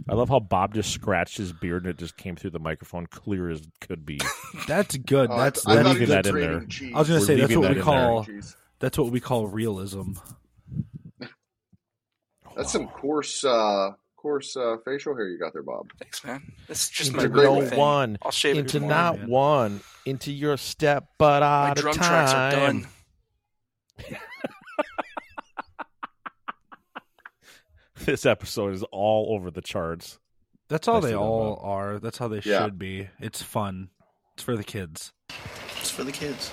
S11: I love how Bob just scratched his beard and it just came through the microphone clear as could be.
S12: That's good.
S11: Oh, I-
S12: that's
S11: I
S12: that's-
S11: thought he was Leaving that in trading there. cheese.
S12: I was going to
S11: We're
S12: say that's
S11: leaving
S12: what
S11: that
S12: we
S11: in there.
S12: call that's what we call realism.
S13: That's some coarse, uh, coarse uh, facial hair you got there, Bob.
S6: Thanks, man. That's just my
S11: into
S6: real
S11: no
S6: thing.
S11: one,
S6: I'll shave it
S11: into
S6: tomorrow,
S11: not
S6: man.
S11: one, into your step, but
S6: My
S11: out
S6: drum
S11: of time.
S6: tracks are done.
S11: This episode is all over the charts.
S12: That's all
S11: I see
S12: they
S11: that,
S12: all
S11: Bob.
S12: are. That's how they
S11: Yeah.
S12: should be. It's fun. It's for the kids.
S6: It's for the kids.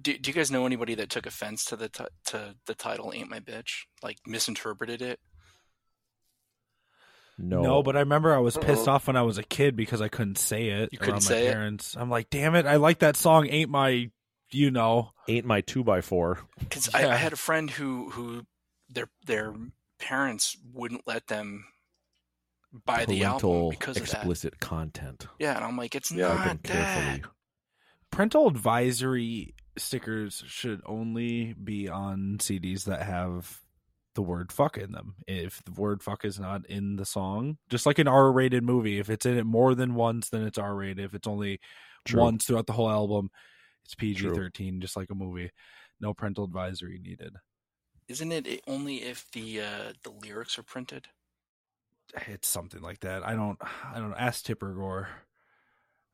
S6: Do, do you guys know anybody that took offense to the t- to the title "Ain't My Bitch"? Like misinterpreted it.
S11: No,
S12: but I remember I was pissed
S6: Uh-oh.
S12: off when I was a kid because I couldn't say it
S6: You
S12: around
S6: couldn't say
S12: my
S6: it?
S12: parents. I'm like, damn it! I like that song. Ain't my, you know,
S11: ain't my two by four.
S6: Because I, I had a friend who who their their parents wouldn't let them buy the album
S11: Parental
S6: because of that.
S11: explicit content.
S6: Yeah, and I'm like, it's
S11: Yeah, I've been
S6: not that.
S12: parental advisory stickers should only be on CDs that have the word fuck in them. If the word fuck is not in the song, just like an R rated movie, if it's in it more than once, then it's R rated. If it's only
S11: True.
S12: once throughout the whole album, It's PG thirteen, just like a movie. No parental advisory needed.
S6: Isn't it i- only if the uh, the lyrics are printed?
S12: It's something like that. I don't. I don't. Ask Tipper Gore.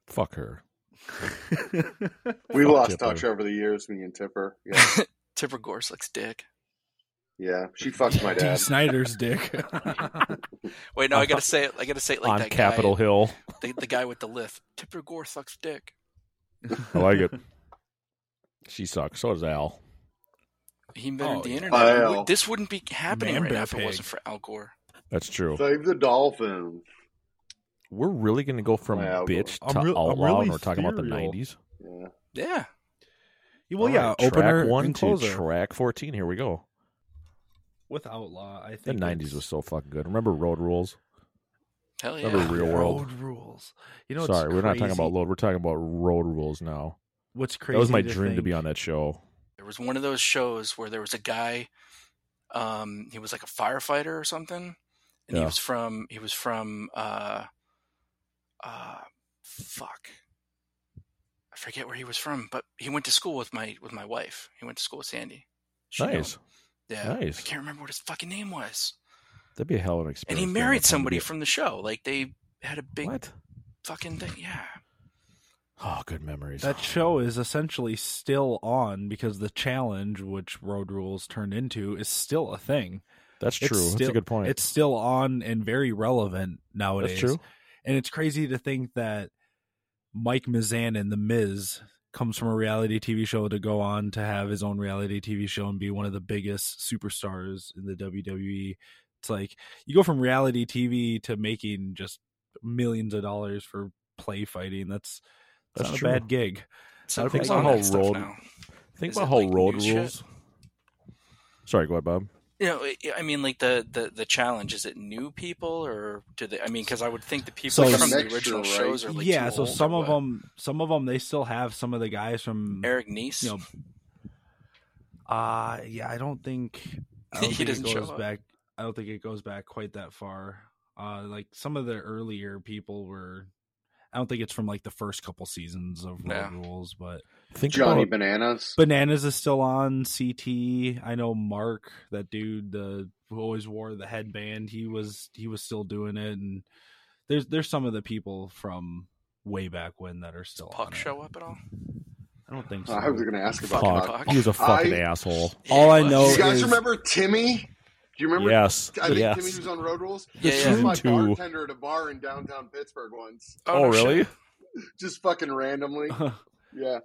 S11: Fuck her.
S13: We
S11: Fuck
S13: lost
S11: Tipper.
S13: touch over the years, me and Tipper. Yeah,
S6: Tipper Gore sucks dick.
S13: yeah. She fucked my
S12: D.
S13: dad.
S12: Snyder's dick.
S6: Wait, no, I gotta say it. I gotta say it like
S11: On
S6: that
S11: Capitol
S6: guy,
S11: Hill.
S6: The, the guy with the lift. Tipper Gore sucks dick.
S11: I like it. She sucks. So does Al.
S6: He invented
S11: Oh,
S6: the
S11: yeah.
S6: internet.
S11: Wow.
S6: It would- This wouldn't be happening
S11: Man
S6: right now
S11: bear
S6: if it
S11: pig.
S6: wasn't for Al Gore.
S11: That's true.
S13: Save the dolphin.
S11: We're really gonna go from
S13: Wow.
S11: bitch
S13: I'm
S11: to
S13: real-
S11: outlaw,
S13: I'm really
S11: and we're talking about the
S13: serial.
S11: nineties.
S13: Yeah.
S6: Yeah.
S12: Well, Oh, yeah.
S11: Track
S12: opener
S11: one
S12: and
S11: to
S12: closer
S11: track fourteen. Here we go.
S12: with Outlaw. I
S11: The
S12: think
S11: nineties was so fucking good. Remember Road Rules?
S6: Hell yeah.
S11: Remember Real
S12: Road
S11: World?
S12: rules. You know,
S11: Sorry,
S12: it's
S11: we're not talking
S12: crazy-
S11: about load. We're talking about road rules now.
S12: What's
S11: That was my
S12: crazy to
S11: dream to be
S12: think-
S11: on that show.
S6: There was one of those shows where there was a guy. Um, he was like a firefighter or something, and he
S11: Yeah.
S6: was from he was from uh, uh, fuck, I forget where he was from, but he went to school with my with my wife. He went to school with Sandy. She knew
S11: Nice.
S6: him. Yeah.
S11: Nice.
S6: I can't remember what his fucking name was.
S11: That'd be a hell of an
S6: And
S11: experience.
S6: he
S11: being on that
S6: married
S11: time to
S6: somebody
S11: be-
S6: from the show. Like they had a big
S11: What?
S6: fucking thing. Yeah.
S11: Oh, good memories.
S12: That show is essentially still on because the challenge, which Road Rules turned into, is still a thing.
S11: That's
S12: It's
S11: true. That's a good point.
S12: It's still on and very relevant nowadays.
S11: true.
S12: And it's crazy to think that Mike Mizan and The Miz comes from a reality TV show to go on to have his own reality TV show and be one of the biggest superstars in the WWE. It's like you go from reality TV to making just millions of dollars for play fighting. That's that's
S11: That's
S12: not
S11: true.
S12: a bad gig.
S6: So
S12: Not a
S11: think
S12: bad
S11: about
S12: gig.
S11: how road. Think
S6: Is
S11: about
S6: it,
S11: how
S6: like,
S11: road
S6: new shit?
S11: rules. Sorry, go ahead, Bob.
S6: You know, it- I mean, like the, the, the challenge is it new people or do they? I mean, because I would think the people
S12: So-
S6: from the
S13: Mixture,
S6: original
S13: right?
S6: shows are like
S12: yeah,
S6: too
S12: so
S6: old or
S12: some of
S6: what.
S12: them, some of them, they still have some of the guys from
S6: Eric Nice.
S12: You know, uh yeah, I don't think I don't
S6: He
S12: think it
S6: doesn't show
S12: goes
S6: up.
S12: back. I don't think it goes back quite that far. Uh, like some of the earlier people were. I don't think it's from like the first couple seasons of Road
S6: Yeah.
S12: Rules, but
S11: Think
S13: Johnny
S11: about-
S13: Bananas.
S12: Bananas is still on CT. I know Mark, that dude, the who always wore the headband. He was he was still doing it, and there's there's some of the people from way back when that are still on
S6: Puck
S12: it.
S6: show up at all?
S12: I don't think so.
S13: I was going to ask about
S11: Fuck.
S13: Puck.
S11: He was a fucking
S13: I-
S11: asshole.
S12: All I know
S6: Oh,
S13: you guys
S12: is
S13: remember Timmy? Do you remember?
S11: Yes,
S13: I think
S11: yes.
S13: Timmy was on Road Rules.
S11: Yeah,
S13: He
S11: yeah.
S13: was my
S11: Season two.
S13: bartender at a bar in downtown Pittsburgh once.
S11: Oh, really?
S13: Just fucking randomly. yeah.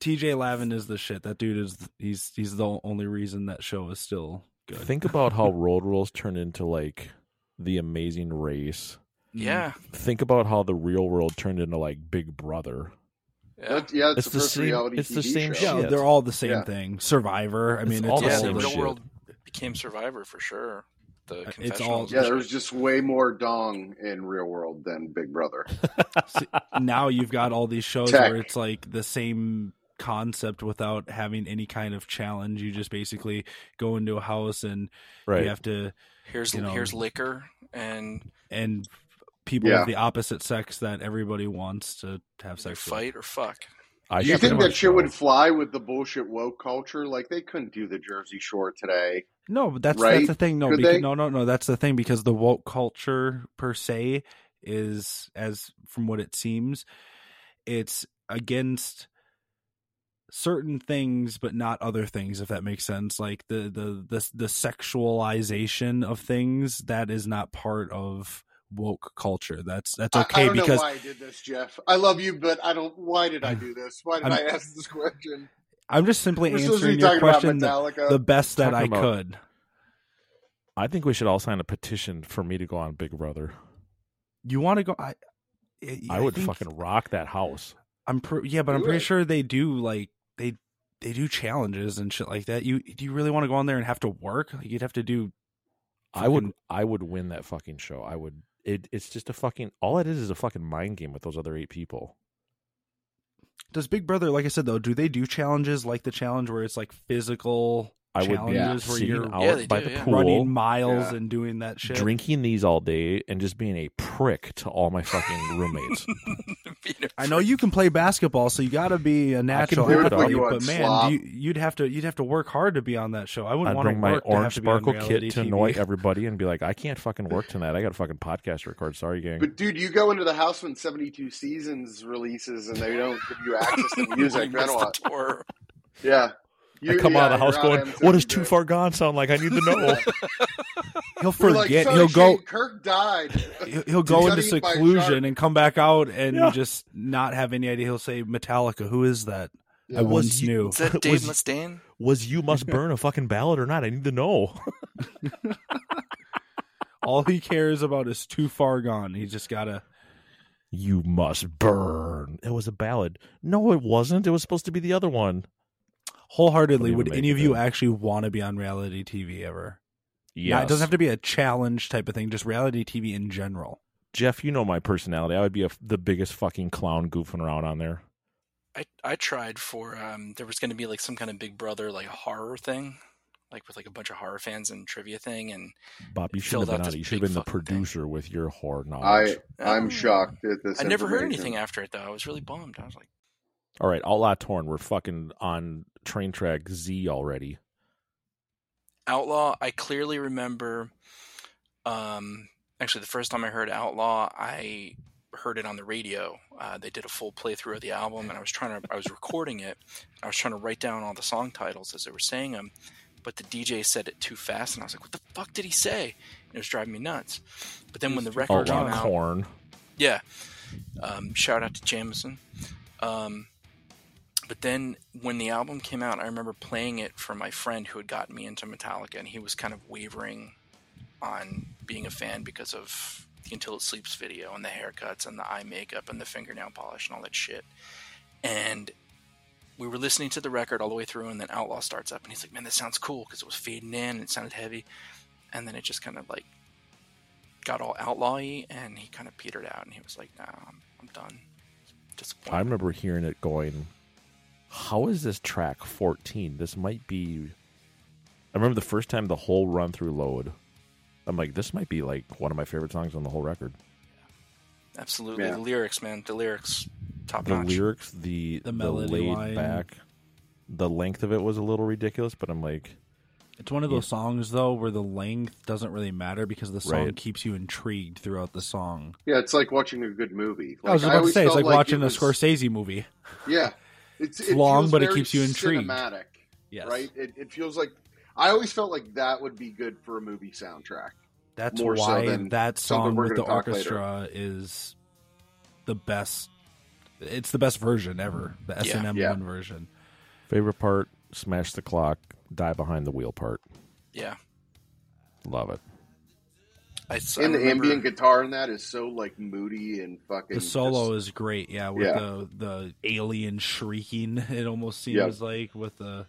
S12: TJ Lavin is the shit. That dude is he's he's the only reason that show is still good.
S11: Think about how road rules turned into like the amazing race.
S6: Yeah.
S12: Mm.
S11: Think about how the real world turned into like Big Brother.
S13: That- yeah, it's,
S11: It's
S13: the,
S11: the
S13: first
S11: same-
S13: reality
S11: it's the
S13: TV
S11: same
S13: show.
S11: shit.
S12: Yeah,
S11: Shit.
S12: they're all the same
S13: Yeah.
S12: thing. Survivor. I
S11: It's
S12: mean, it's,
S11: all the
S6: yeah,
S11: same
S6: the real
S11: shit.
S6: world became Survivor for sure. The
S12: it's
S6: confessional.
S12: all-
S13: Yeah, there was just way more dong in Real World than Big Brother.
S12: now you've got all these shows
S13: Tech.
S12: where it's like the same concept without having any kind of challenge. You just basically go into a house and
S11: Right.
S12: you have to
S6: Here's
S12: you know,
S6: here's liquor and
S12: and people
S13: Yeah.
S12: of the opposite sex that everybody wants to have
S6: either
S12: sex
S6: fight or fuck.
S11: I
S13: Do you
S11: should
S13: think
S11: watch
S13: that shit would fly with the bullshit woke culture? Like they couldn't do the Jersey Shore today.
S12: No, but that's
S13: Right?
S12: that's the thing. No,
S13: Could
S12: because,
S13: they?
S12: no, no, no. That's the thing because the woke culture per se is, as from what it seems, it's against certain things but not other things if that makes sense like the the the, the sexualization of things that is not part of woke culture that's that's
S13: I- I,
S12: okay
S13: don't know
S12: because
S13: why I did this, Jeff. I love you, but I don't. Why did I do this? Why did
S12: I'm-
S13: i ask this question?
S12: i'm just simply
S13: We're supposed to be
S12: answering your
S13: talking about
S12: question the,
S13: Metallica.
S12: the best that i
S11: Talking about-
S12: could
S11: I think we should all sign a petition for me to go on Big Brother.
S12: you want to go i
S11: I would
S12: think-
S11: fucking rock that house.
S12: I'm pr- yeah, but I'm
S13: Do
S12: pretty
S13: it.
S12: sure they do like they they do challenges and shit like that. You do you really want to go on there and have to work? Like, you'd have to do.
S11: I would I would win that fucking show. I would it it's just a fucking all it is is a fucking mind game with those other eight people.
S12: Does Big Brother, like I said though, do they do challenges like the challenge where it's like physical
S11: I would be
S12: challenges where
S11: sitting
S12: you're
S11: out
S6: Yeah, they
S11: by
S6: do,
S11: the
S6: yeah.
S11: pool
S12: running miles
S13: Yeah.
S12: and doing that shit?
S11: drinking these all day and just being a prick to all my fucking roommates.
S12: I know you can play basketball, so you got to be a natural
S11: hoop it
S12: athlete.
S11: all you
S12: but
S11: want,
S12: man,
S11: slop.
S12: you, you'd have to you'd have to work hard to be on that show. I wouldn't
S11: I'd
S12: want to
S11: bring my
S12: work to have
S11: orange
S12: to be on
S11: sparkle kit
S12: reality
S11: to
S12: TV.
S11: annoy everybody and be like, I can't fucking work tonight. I got a fucking podcast to record. Sorry, gang.
S13: But dude, you go into the house when seventy two seasons releases and they don't give you access to music. I
S6: missed
S13: don't
S6: the
S13: want.
S6: tour.
S13: Yeah,
S11: I come out of the house
S13: you're
S11: going,
S13: on MTV.
S11: "What does Too Far Gone sound like? I need to know."
S12: He'll
S13: We're like,
S12: forget.
S13: "Sorry,
S12: he'll go.
S13: Shane, Kirk died.
S12: He'll, he'll go into
S13: Studied by a shark.
S12: seclusion and come back out and
S13: Yeah.
S12: just not have any idea. He'll say, "Metallica, who is that? I
S11: Was
S12: once
S11: you-
S12: knew."
S11: Is that Dave Was-
S6: Mustaine?
S11: Was you must burn a fucking ballad or not? I need to know.
S12: All he cares about is too far gone. He just gotta.
S11: you must burn. It was a ballad. No, it wasn't. It was supposed to be the other one.
S12: Wholeheartedly,
S11: Couldn't
S12: would
S11: even
S12: any
S11: make
S12: of
S11: it
S12: you
S11: in.
S12: actually want to be on reality TV ever? Yeah,
S11: Yes.
S12: it doesn't have to be a challenge type of thing. Just reality TV in general.
S11: Jeff, you know my personality. I would be a, the biggest fucking clown goofing around on there.
S6: I I tried for um there was going to be like some kind of Big Brother like horror thing, like with like a bunch of horror fans and trivia thing, and
S11: Bob, you
S6: it
S11: should have
S6: filled out
S11: been on
S6: this
S11: it. You should have been the producer with your horror
S13: I
S11: knowledge.
S13: I'm shocked at this.
S6: um, I never heard
S13: information.
S6: anything after it though. I was really bummed. I was like,
S11: All right, Outlaw Torn, we're fucking on train track Z already.
S6: Outlaw. I clearly remember. Um, actually, the first time I heard Outlaw, I heard it on the radio. Uh, they did a full playthrough of the album, and I was trying to. I was recording it. I was trying to write down all the song titles as they were saying them, but the DJ said it too fast, and I was like, "What the fuck did he say?" And it was driving me nuts. But then when the record came
S11: Outlaw
S6: out,
S11: Corn.
S6: yeah. Um, shout out to Jamison. Um, but then when the album came out, I remember playing it for my friend who had gotten me into Metallica, and he was kind of wavering on being a fan because of the Until It Sleeps video and the haircuts and the eye makeup and the fingernail polish and all that shit. And we were listening to the record all the way through, and then Outlaw starts up, and he's like, "Man, this sounds cool," because it was fading in and it sounded heavy, and then it just kind of like got all outlawy, and he kind of petered out, and he was like, "Nah, I'm, I'm done."
S11: I remember hearing it going, How is this track 14? This might be. I remember the first time the whole run through load. I'm like, this might be like one of my favorite songs on the whole record.
S6: Absolutely,
S11: Yeah.
S6: the lyrics, man, the lyrics, top
S11: the
S6: notch.
S11: lyrics, the the,
S12: melody
S11: laid
S12: line.
S11: back, the length of it was a little ridiculous, but I'm like,
S12: It's one of those songs though where the length doesn't really matter because the song
S11: Right.
S12: keeps you intrigued throughout the song.
S13: Yeah, it's like watching a good movie.
S12: I was
S13: Like,
S12: just about to
S13: always
S12: say it's
S13: felt
S12: like, watching
S13: it was-
S12: a Scorsese movie.
S13: Yeah, it's,
S12: It's
S13: it
S12: long,
S13: feels
S12: but it
S13: very
S12: keeps you intrigued.
S13: Cinematic,
S12: yes.
S13: right? It, it feels like I always felt like that would be good for a movie soundtrack.
S12: That's
S13: More so
S12: why
S13: than
S12: that
S13: something
S12: song
S13: we're
S12: with the
S13: gonna talk later.
S12: orchestra is the best. It's the best version ever. The
S11: Yeah.
S12: S and M
S11: Yeah.
S12: one version.
S11: favorite part, smash the clock, die behind the wheel part.
S6: Yeah,
S11: Love it.
S6: I, I
S13: and the
S6: remember-
S13: ambient guitar in that is so like moody and fucking.
S12: The solo is great. Yeah, with
S13: Yeah.
S12: the the alien shrieking, it almost seems
S13: Yeah.
S12: like with the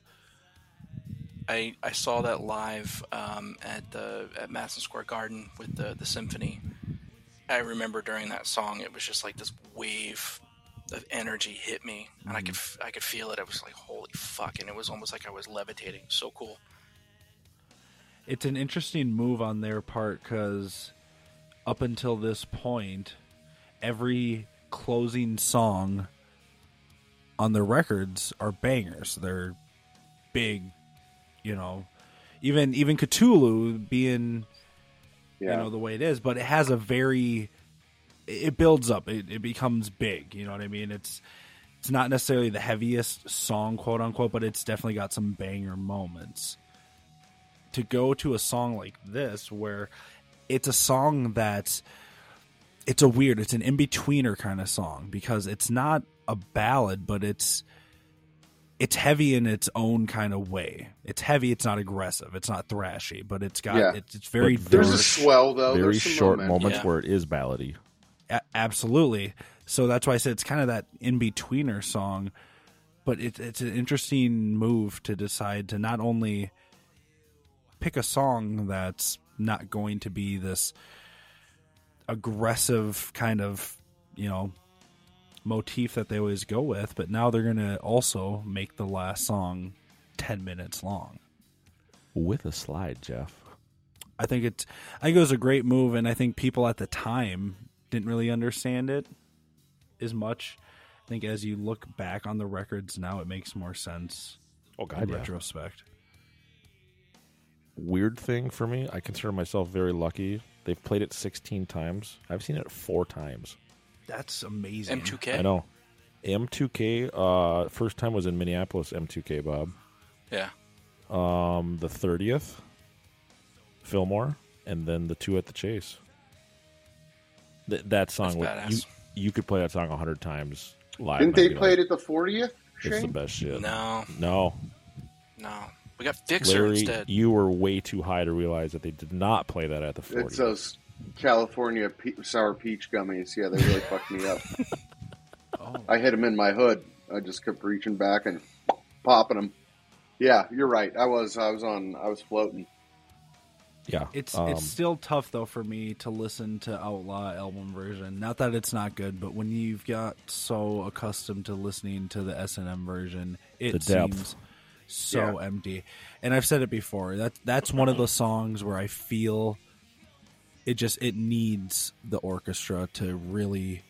S6: I, I saw that live um, at the at Madison Square Garden with the the symphony. I remember during that song, it was just like this wave of energy hit me, and I could f-
S11: Mm-hmm.
S6: I could feel it. I was like, "Holy fuck!" And it was almost like I was levitating. So cool.
S12: it's an interesting move on their part because up until this point, every closing song on their records are bangers. They're big, you know. Even even Cthulhu being,
S13: Yeah.
S12: you know, the way it is, but it has a very it builds up. It, it becomes big. You know what I mean? It's it's not necessarily the heaviest song, quote unquote, but it's definitely got some banger moments. To go to a song like this, where it's a song that's it's a weird, it's an in betweener kind of song because it's not a ballad, but it's it's heavy in its own kind of way. It's heavy. It's not aggressive. It's not thrashy, but it's got
S13: Yeah.
S12: it's, it's very.
S11: But
S12: dark.
S11: Very short moments where it is ballady.
S12: A- absolutely. So that's why I said it's kind of that in betweener song, but it's it's an interesting move to decide to not only pick a song that's not going to be this aggressive kind of you know motif that they always go with, but now they're gonna also make the last song ten minutes long.
S11: With a slide, Jeff.
S12: I think it's I think it was a great move, and I think people at the time didn't really understand it. as much. I think as you look back on the records now, it makes more sense.
S11: Oh God,
S12: in
S11: yeah.
S12: retrospect.
S11: Weird thing for me, I consider myself very lucky. They've played it 16 times. I've seen it four times.
S12: That's amazing.
S6: M2K.
S11: I know. M2K. Uh, first time was in Minneapolis. M2K, Bob.
S6: Yeah.
S11: Um, the 30th, Fillmore, and then the two at the Chase. Th- that song, would,
S6: badass.
S11: you you could play that song hundred times live.
S13: Didn't
S11: and I'd
S13: they
S11: be
S13: play
S11: like,
S13: it at the 40th?
S11: It's the
S13: Shane?
S11: best shit.
S6: No.
S11: no,
S6: No, we got Fixer
S11: Larry,
S6: instead.
S11: you were way too high to realize that they did not play that at the 40th.
S13: It's those California pe- sour peach gummies. Yeah, they really fucked me up.
S12: Oh.
S13: I hit them in my hood. I just kept reaching back and popping them. Yeah, you're right. I was I was on I was floating.
S11: Yeah,
S12: It's
S11: um,
S12: it's still tough though for me to listen to Outlaw album version. Not that it's not good, but when you've got so accustomed to listening to the S and M version, it
S11: The depth.
S12: seems so empty. And I've said it before. That that's one of those songs where I feel it just it needs the orchestra to really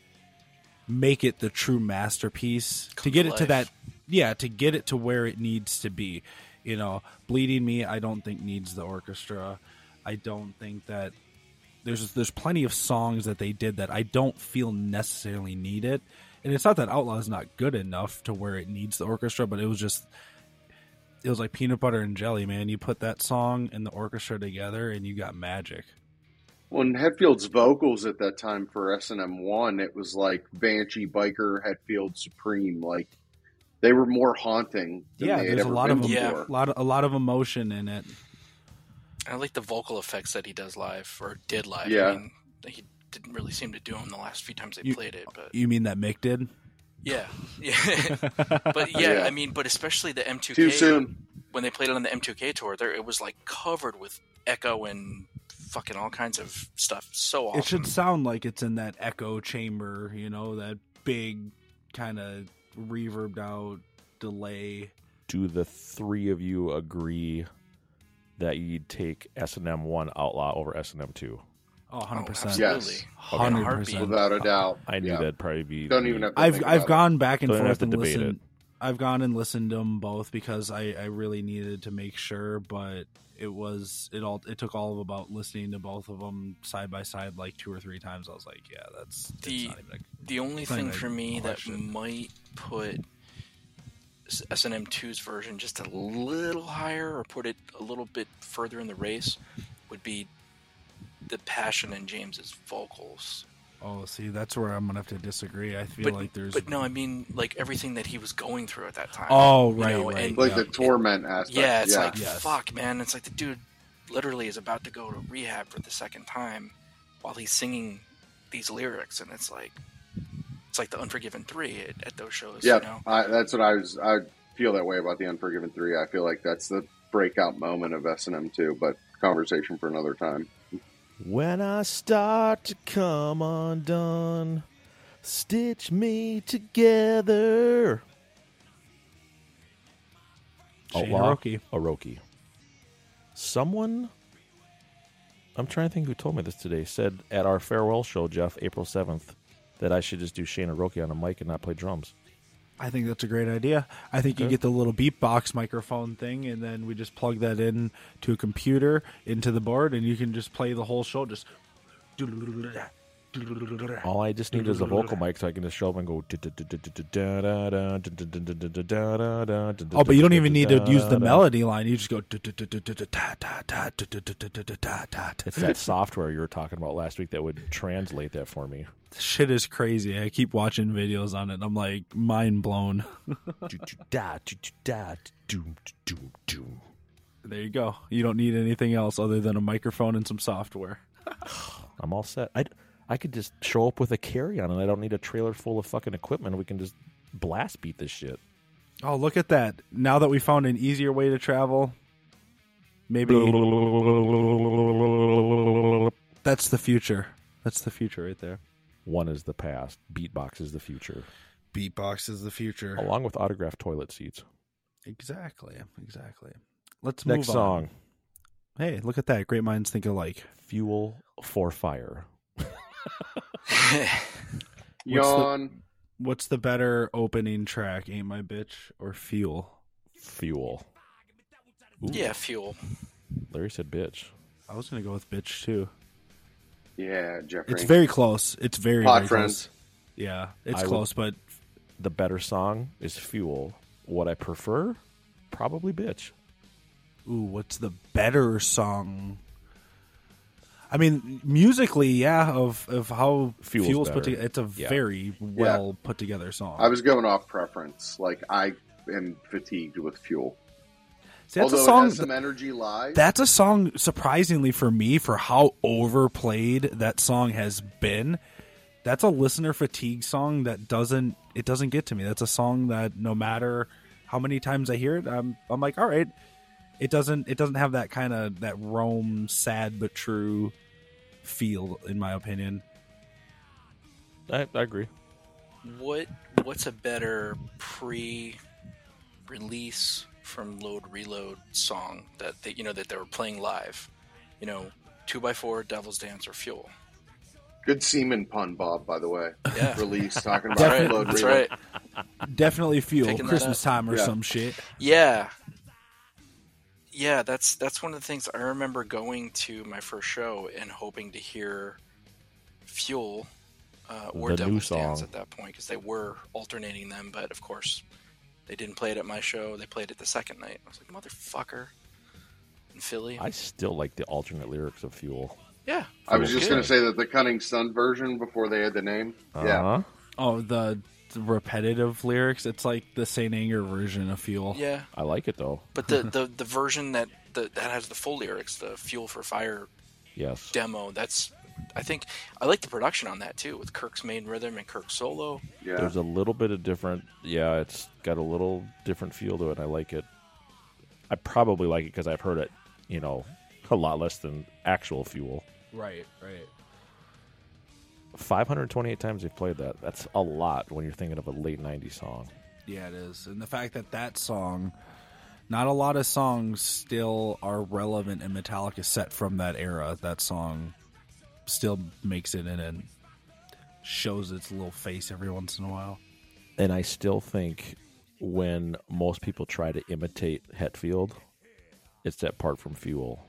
S12: make it the true masterpiece to
S6: Come
S12: get
S6: to
S12: it to
S6: life.
S12: that yeah to get it to where it needs to be you know bleeding me i don't think needs the orchestra i don't think that there's there's plenty of songs that they did that i don't feel necessarily need it and it's not that outlaw is not good enough to where it needs the orchestra but it was just it was like peanut butter and jelly man you put that song and the orchestra together and you got magic
S13: Well, in Hetfield's vocals at that time for S and M one, it was like Banshee, Biker, Hetfield, Supreme. Like they were more haunting. Than
S12: yeah
S13: they had
S12: there's a
S13: ever
S12: lot
S13: been
S12: of em-
S13: before.
S12: a lot of, a lot of emotion in it
S6: I like the vocal effects that he does live or did live.
S12: Yeah.
S6: I mean, he didn't really seem to do them the last few times they
S12: You-
S6: played it, but
S12: You mean that Mick did?
S6: yeah, yeah. but yeah,
S12: Yeah.
S6: I mean, but especially the M2K
S12: Too soon.
S6: when they played it on the M2K tour, there it was like covered with echo and fucking all kinds of stuff. So awesome.
S12: It should sound like it's in that echo chamber, you know, that big kind of reverbed out delay.
S11: do the three of you agree that you'd take S and M one Outlaw over S and M two?
S12: Oh, 100%.
S13: Yes.
S11: Okay.
S12: 100%.
S13: Without a doubt.
S11: I knew
S13: Yeah.
S11: that'd probably be.
S13: Don't
S11: the-
S13: even have to
S12: I've
S13: think
S12: I've
S13: about
S12: gone
S13: it.
S12: back and
S11: Don't even
S12: forth
S11: have
S12: and
S11: to debate
S12: listened. I've gone and listened to them both because I, I really needed to make sure, but it was it all it took all of about listening to both of them side by side like two or three times. I was like, yeah, that's it's
S6: the
S12: not even a-
S6: the only
S12: it's not even
S6: thing
S12: a
S6: for me that
S12: question.
S6: might put SNM 2's version just a little higher or put it a little bit further in the race would be the passion in James's vocals.
S12: Oh, see, that's where I'm gonna have to disagree. I feel
S6: But,
S12: like there's
S6: but no, I mean like everything that he was going through at that time.
S12: Oh,
S6: you
S12: right,
S6: know,
S12: right.
S6: and-
S13: like the torment aspect.
S6: yeah, it's like
S13: Yes.
S6: fuck, man. It's like the dude literally is about to go to rehab for the second time while he's singing these lyrics, and it's like it's like the Unforgiven three at, at those shows.
S13: Yeah,
S6: you know?
S13: I, that's what I was. I feel that way about the Unforgiven three. I feel like that's the breakout moment of S and M two. But conversation for another time.
S11: When I start to come undone, stitch me together.
S12: Shane Hiroki.
S11: Oroki. Someone, I'm trying to think who told me this today, said at our farewell show, Jeff, April 7th, that I should just do Shane Oroki on a mic and not play drums.
S12: I think that's a great idea. I think you
S11: Okay.
S12: get the little beatbox microphone thing, and then we just plug that in to a computer into the board, and you can just play the whole show. Just Oh,
S11: All I just need is a vocal mic so I can just show up and go. Oh,
S12: oh, but you don't even need to use the melody line. You just go.
S11: It's that software you were talking about last week that would translate that for me.
S12: Shit is crazy. I keep watching videos on it. and I'm like mind blown. There you go. You don't need anything else other than a microphone and some software.
S11: I'm all set. I, I could just show up with a carry on and I don't need a trailer full of fucking equipment. We can just blast beat this shit.
S12: Oh, look at that. Now that we found an easier way to travel, maybe that's the future. That's the future right there.
S11: One is the past. Beatbox is the future.
S12: Beatbox is the future.
S11: Along with autographed toilet seats.
S12: Exactly. Exactly. Let's
S11: Next
S12: move on.
S11: song.
S12: Hey, look at that. Great minds think alike.
S11: Fuel for fire.
S12: What's the-
S13: Yawn.
S12: What's the better opening track, Ain't My Bitch or Fuel?
S11: Fuel.
S6: Yeah, fuel.
S11: Larry said bitch.
S12: I was going to go with Bitch too.
S13: Yeah, Jeffrey.
S12: It's very close. It's very,
S13: Hot
S12: very
S13: Friends.
S12: close. Yeah, it's
S11: I would-
S12: close, but
S11: The better song is Fuel. What I prefer? Probably bitch.
S12: ooh, what's the better song? I mean, musically, yeah, of of how
S11: Fuel's
S12: Fuel's put
S11: better.
S12: together, it's a
S11: Yeah.
S12: very well put together song.
S13: I was going off preference. Like I am fatigued with fuel.
S12: See, that's a
S13: Although it
S12: song
S13: has some energy live.
S12: That's a song, surprisingly for me, for how overplayed that song has been. That's a listener fatigue song that doesn't it doesn't get to me. That's a song that no matter how many times I hear it, I'm I'm like, all right, it doesn't it doesn't have that kind of that Rome sad but true feel, in my opinion.
S11: I, I agree.
S6: What what's a better pre-release from Load Reload song that they, you know that they were playing live? You know, two by four, Devil's Dance, or Fuel.
S13: Good semen pun, Bob. By the way,
S6: Yeah.
S13: release talking about
S6: That's right,
S13: upload.
S6: that's
S13: reload.
S6: right.
S12: Definitely fuel
S6: Picking that
S12: Christmas
S6: up.
S12: time or
S6: Yeah.
S12: some shit.
S6: Yeah. Yeah, that's that's one of the things I remember going to my first show and hoping to hear Fuel uh, or
S11: The new
S6: Devil's Dance
S11: song.
S6: at that point because they were alternating them, but of course they didn't play it at my show. They played it the second night. I was like, motherfucker, in Philly.
S11: I still like the alternate lyrics of Fuel.
S6: yeah,
S13: I was just
S11: Fuel's
S13: going
S11: good.
S13: to say that the Cunning Son version before they had the name. Yeah.
S11: Uh-huh.
S12: Oh, the, the repetitive lyrics. It's like the Saint Anger version of
S11: Oh.
S12: Fuel.
S6: Yeah.
S11: I like it though.
S6: but the, the the version that the, that has the full lyrics, the Fuel for Fire
S11: Yes.
S6: demo, that's I think I like the production on that too with Kirk's main rhythm and Kirk's solo.
S11: There's a little bit of different. Yeah, it's got a little different feel to it. and I like it. I probably like it because I've heard it, you know, a lot less than actual fuel.
S12: Right, right.
S11: 528 times they've played that. That's a lot when you're thinking of a late 90s song.
S12: Yeah, it is. And the fact that that song, not a lot of songs still are relevant in Metallica set from that era. That song still makes it in and shows its little face every once in a while.
S11: And I still think when most people try to imitate Hetfield, it's that part from Fuel.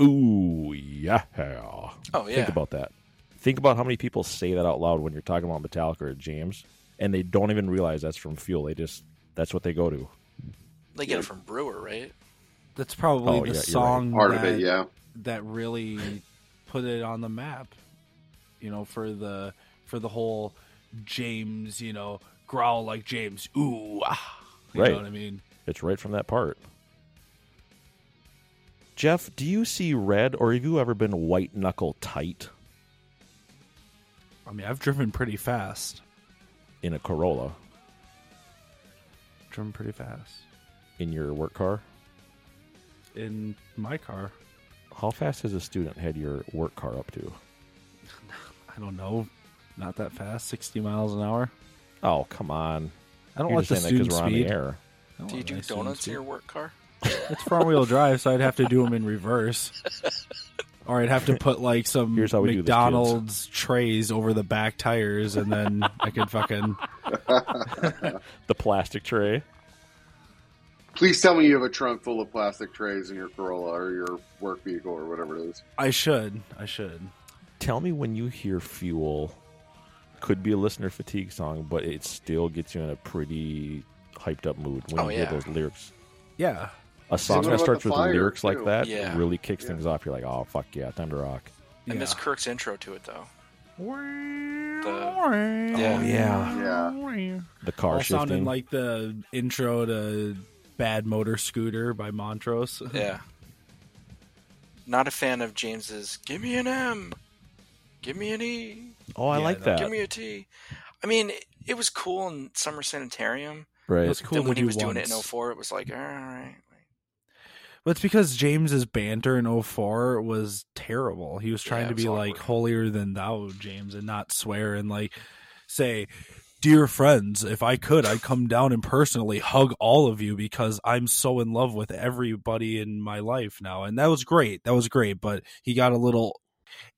S11: Ooh, yeah.
S6: Oh,
S11: Think
S6: yeah.
S11: about that. Think about how many people say that out loud when you're talking about Metallica or James, and they don't even realize that's from Fuel. They just, that's what they go to.
S6: They get it from Brewer, right?
S12: That's probably
S11: Oh,
S12: the
S11: yeah, you're right.
S12: song
S13: Part of
S12: that,
S13: it, yeah.
S12: that really put it on the map. You know, for the for the whole James, you know, growl like James, ooh, ah. You
S11: right.
S12: know what I mean?
S11: It's right from that part. Jeff, do you see red or have you ever been white knuckle tight
S12: I mean, I've driven pretty fast.
S11: in a Corolla
S12: Driven pretty fast.
S11: in your work car?
S12: in my car.
S11: How fast has a student had your work car up to?
S12: I don't know, not that fast, sixty miles an hour.
S11: Oh, come on.
S12: I don't
S11: You're
S12: like
S11: just
S12: the
S11: saying that
S12: student
S11: 'cause we're on the
S12: speed.
S11: air.
S12: I don't
S6: Do you
S12: like
S6: do
S12: my student
S6: donuts in
S12: speed.
S6: your work car?
S12: It's front wheel drive, so I'd have to do them in reverse, or I'd have to put like some
S11: Here's how we do this, kids.
S12: McDonald's trays over the back tires, and then I could fucking.
S11: the plastic tray.
S13: Please tell me you have a trunk full of plastic trays in your Corolla or your work vehicle or whatever it is.
S12: I should. I should.
S11: Tell me when you hear fuel. Could be a listener fatigue song, but it still gets you in a pretty hyped up mood when
S12: Oh,
S11: you hear
S12: yeah.
S11: those lyrics.
S12: Yeah.
S11: A song
S12: what
S11: that
S12: about
S11: starts
S12: the
S11: with
S12: fire,
S11: lyrics like
S12: too?
S11: that
S6: Yeah.
S11: really kicks things off. You're like, oh fuck yeah, time to rock.
S6: I miss
S12: Yeah.
S6: Kirk's intro to it though.
S12: The-
S11: Oh, Yeah.
S13: Yeah.
S11: The car
S12: All
S11: shifting.
S12: sounding like the intro to "Bad Motor Scooter" by Montrose.
S6: Yeah. Not a fan of James's give me an M. Give me an E.
S11: Oh, I like that.
S6: Give me a T. I mean, it, it was cool in Summer Sanitarium.
S11: Right. It
S12: was cool
S6: Then
S12: to
S6: when he
S12: do
S6: was doing it in
S12: once.
S6: 04, it was like, all right.
S12: Well, it's because James's banter in 04 was terrible. He was trying to be like holier than thou, James, and not swear and like say, Dear friends, if I could, I'd come down and personally hug all of you because I'm so in love with everybody in my life now. And that was great. That was great. But he got a little.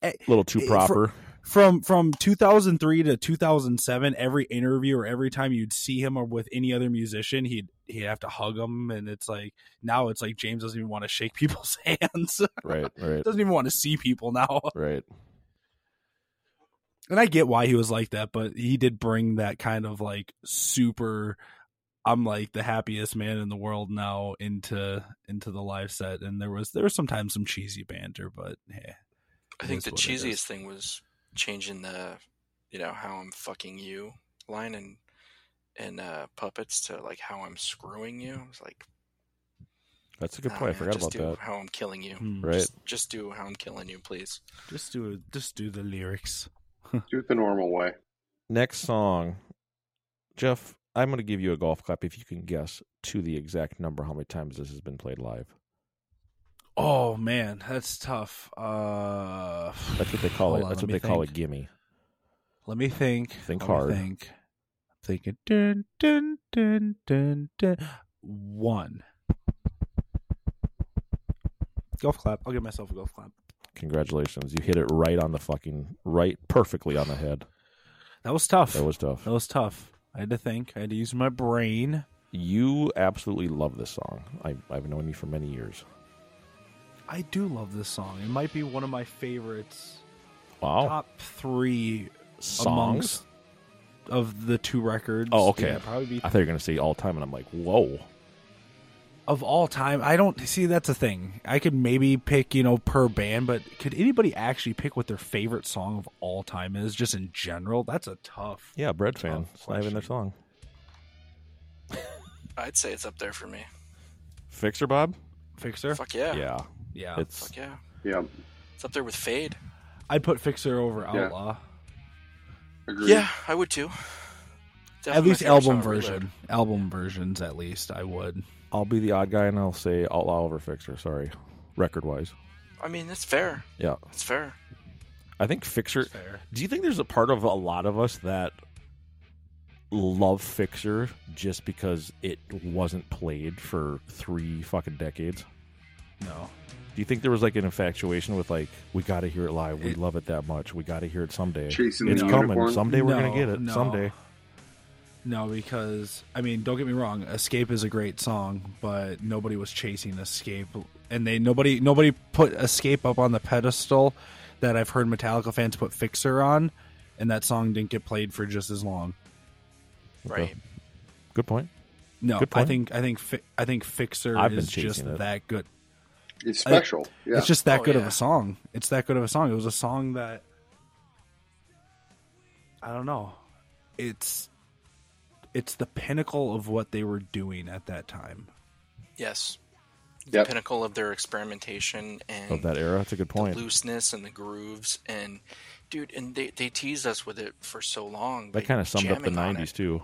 S12: A
S11: little too proper.
S12: from from 2003 to 2007 every interview or every time you'd see him or with any other musician he'd he'd have to hug them and it's like now it's like james doesn't even want to shake people's hands
S11: right right
S12: doesn't even want to see people now
S11: right
S12: and i get why he was like that but he did bring that kind of like super i'm like the happiest man in the world now into into the live set and there was there was sometimes some cheesy banter but hey
S6: I think the cheesiest thing was changing the, you know, how I'm fucking you line and and uh, puppets to like how I'm screwing you. It's like
S11: That's a good
S6: "Nah,
S11: point.
S6: Oh,
S11: I
S6: man,
S11: forgot
S6: just
S11: about
S6: do
S11: that.
S6: How I'm killing you.
S11: Hmm. Right.
S6: Just, just do how I'm killing you, please.
S12: just do it just do the lyrics
S13: do it the normal way
S11: Next song, Jeff. I'm going to give you a golf clap if you can guess to the exact number how many times this has been played live.
S12: oh man that's tough uh
S11: That's what they call
S12: Hold
S11: it.
S12: on,
S11: That's
S12: let
S11: what
S12: me
S11: they call a
S12: think.
S11: gimme.
S12: let me think let
S11: Think
S12: me
S11: hard.
S12: think thinking dun, dun, dun, dun, dun. one golf clap i'll give myself a golf clap
S11: Congratulations, you hit it right on the fucking right, perfectly on the head.
S12: That was tough.
S11: That was tough.
S12: That was tough. I had to think. I had to use my brain.
S11: You absolutely love this song. I, I've known you for many years.
S12: I do love this song. It might be one of my favorites.
S11: Wow.
S12: Top three
S11: Oh. Songs?
S12: amongst of the two records.
S11: Oh, okay.
S12: Yeah, probably be
S11: I thought you were going to say all time, and I'm like, whoa.
S12: of all time. I don't see that's a thing. I could maybe pick, you know, per band, but could anybody actually pick what their favorite song of all time is, just in general? That's a tough.
S11: Yeah, Bread fan. It's not even their song.
S6: I'd say it's up there for me.
S11: Fixer Bob?
S12: Fixer?
S6: Fuck yeah.
S11: Yeah.
S12: Yeah. Oh,
S11: It's
S6: Fuck yeah.
S13: yeah
S6: It's up there with Fade.
S12: I'd put Fixer over
S13: Yeah.
S12: Outlaw.
S6: Yeah, I would too.
S12: at
S6: Definitely my
S12: least
S6: favorite song
S12: album
S6: of Reload.
S12: version. Album versions, at least I would.
S11: I'll be the odd guy, and I'll say Outlaw over Fixer. Sorry, record wise.
S6: I mean, that's fair.
S11: Yeah.
S6: That's fair.
S11: I think Fixer. Do you think there's a part of a lot of us that love Fixer just because it wasn't played for three fucking decades?
S12: No.
S11: Do you think there was like an infatuation with like we got to hear it live? We love it that much. We got to hear it someday.
S13: Chasing
S11: it's
S13: the
S11: coming.
S13: unicorn?
S11: Someday we're gonna
S12: No,
S11: get it.
S12: no.
S11: Someday.
S12: No, because I mean, don't get me wrong. Escape is a great song, but nobody was chasing Escape, and they nobody nobody put Escape up on the pedestal that I've heard Metallica fans put Fixer on, and that song didn't get played for just as long.
S6: Right.
S11: Good point.
S12: No,
S11: Good
S12: I
S11: point.
S12: think I think fi- I think Fixer
S11: I've been
S12: is
S11: chasing
S12: just
S11: it.
S12: that good.
S13: It's
S12: I-
S13: special, yeah.
S12: It's just that
S13: Oh,
S12: good of
S13: yeah.
S12: a song. It's that good of a song. It was a song that I don't know. It's it's the pinnacle of what they were doing at that time.
S6: Yes.
S12: Yep.
S6: The pinnacle of their experimentation and
S11: Of that era. That's a good point.
S6: The looseness and the grooves and dude, and they, they teased us with it for so long.
S11: That
S6: Like,
S11: kind of summed up the
S6: jamming on
S11: '90s too.
S6: it.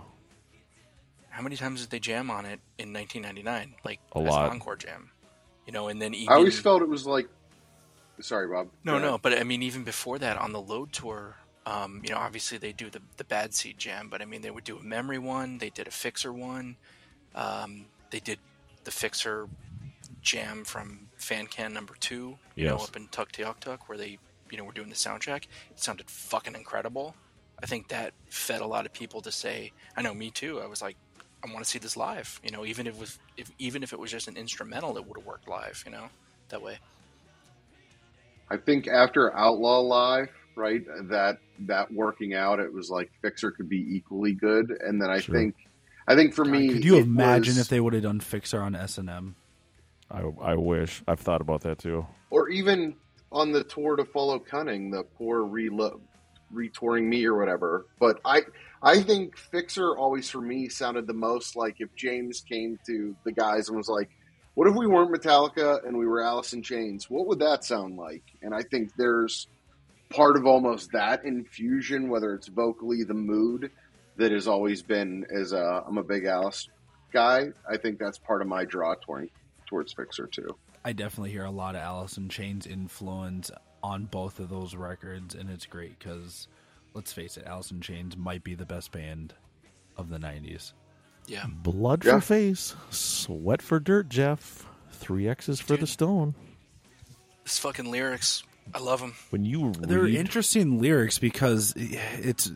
S6: How many times did they jam on it in 1999? Like
S11: A
S6: as
S11: lot.
S6: an encore jam, you know, and then even
S13: I always felt it was like, sorry, Bob.
S6: No,
S13: Go
S6: no,
S13: ahead.
S6: but I mean, even before that, on the Load tour, um, you know, obviously they do the the Bad Seed Jam, but I mean, they would do a Memory one, they did a Fixer one, um, they did the Fixer Jam from Fan Can Number Two, you know,
S11: Yes.
S6: up in Tuk Tuk Tuk, where they, you know, were doing the soundtrack. It sounded fucking incredible. I think that fed a lot of people to say, I know, me too. I was like, I want to see this live. You know, even if it was, if even if it was just an instrumental, it would have worked live. You know, that way.
S13: I think after Outlaw Live, right, that that working out, it was like Fixer could be equally good, and then I
S12: Sure.
S13: think, I think for me,
S12: Could you
S13: it
S12: imagine
S13: was-
S12: if they would have done Fixer on S and M?
S11: I I wish. I've thought about that too.
S13: or even on the tour to follow Cunning, the poor reload retouring me or whatever. But I I think Fixer always for me sounded the most like if James came to the guys and was like, What if we weren't Metallica and we were Alice in Chains? What would that sound like? And I think there's part of almost that infusion, whether it's vocally the mood that has always been as a I'm a big Alice guy. I think that's part of my draw touring towards Fixer too.
S12: I definitely hear a lot of Alice in Chains influence on both of those records, and it's great because let's face it, Alice in Chains might be the best band of the '90s.
S6: Yeah.
S11: Blood for face, sweat for dirt, Jeff. Three X's for the stone.
S6: This fucking lyrics I love them.
S11: When you read,
S12: They're interesting lyrics because eh, it's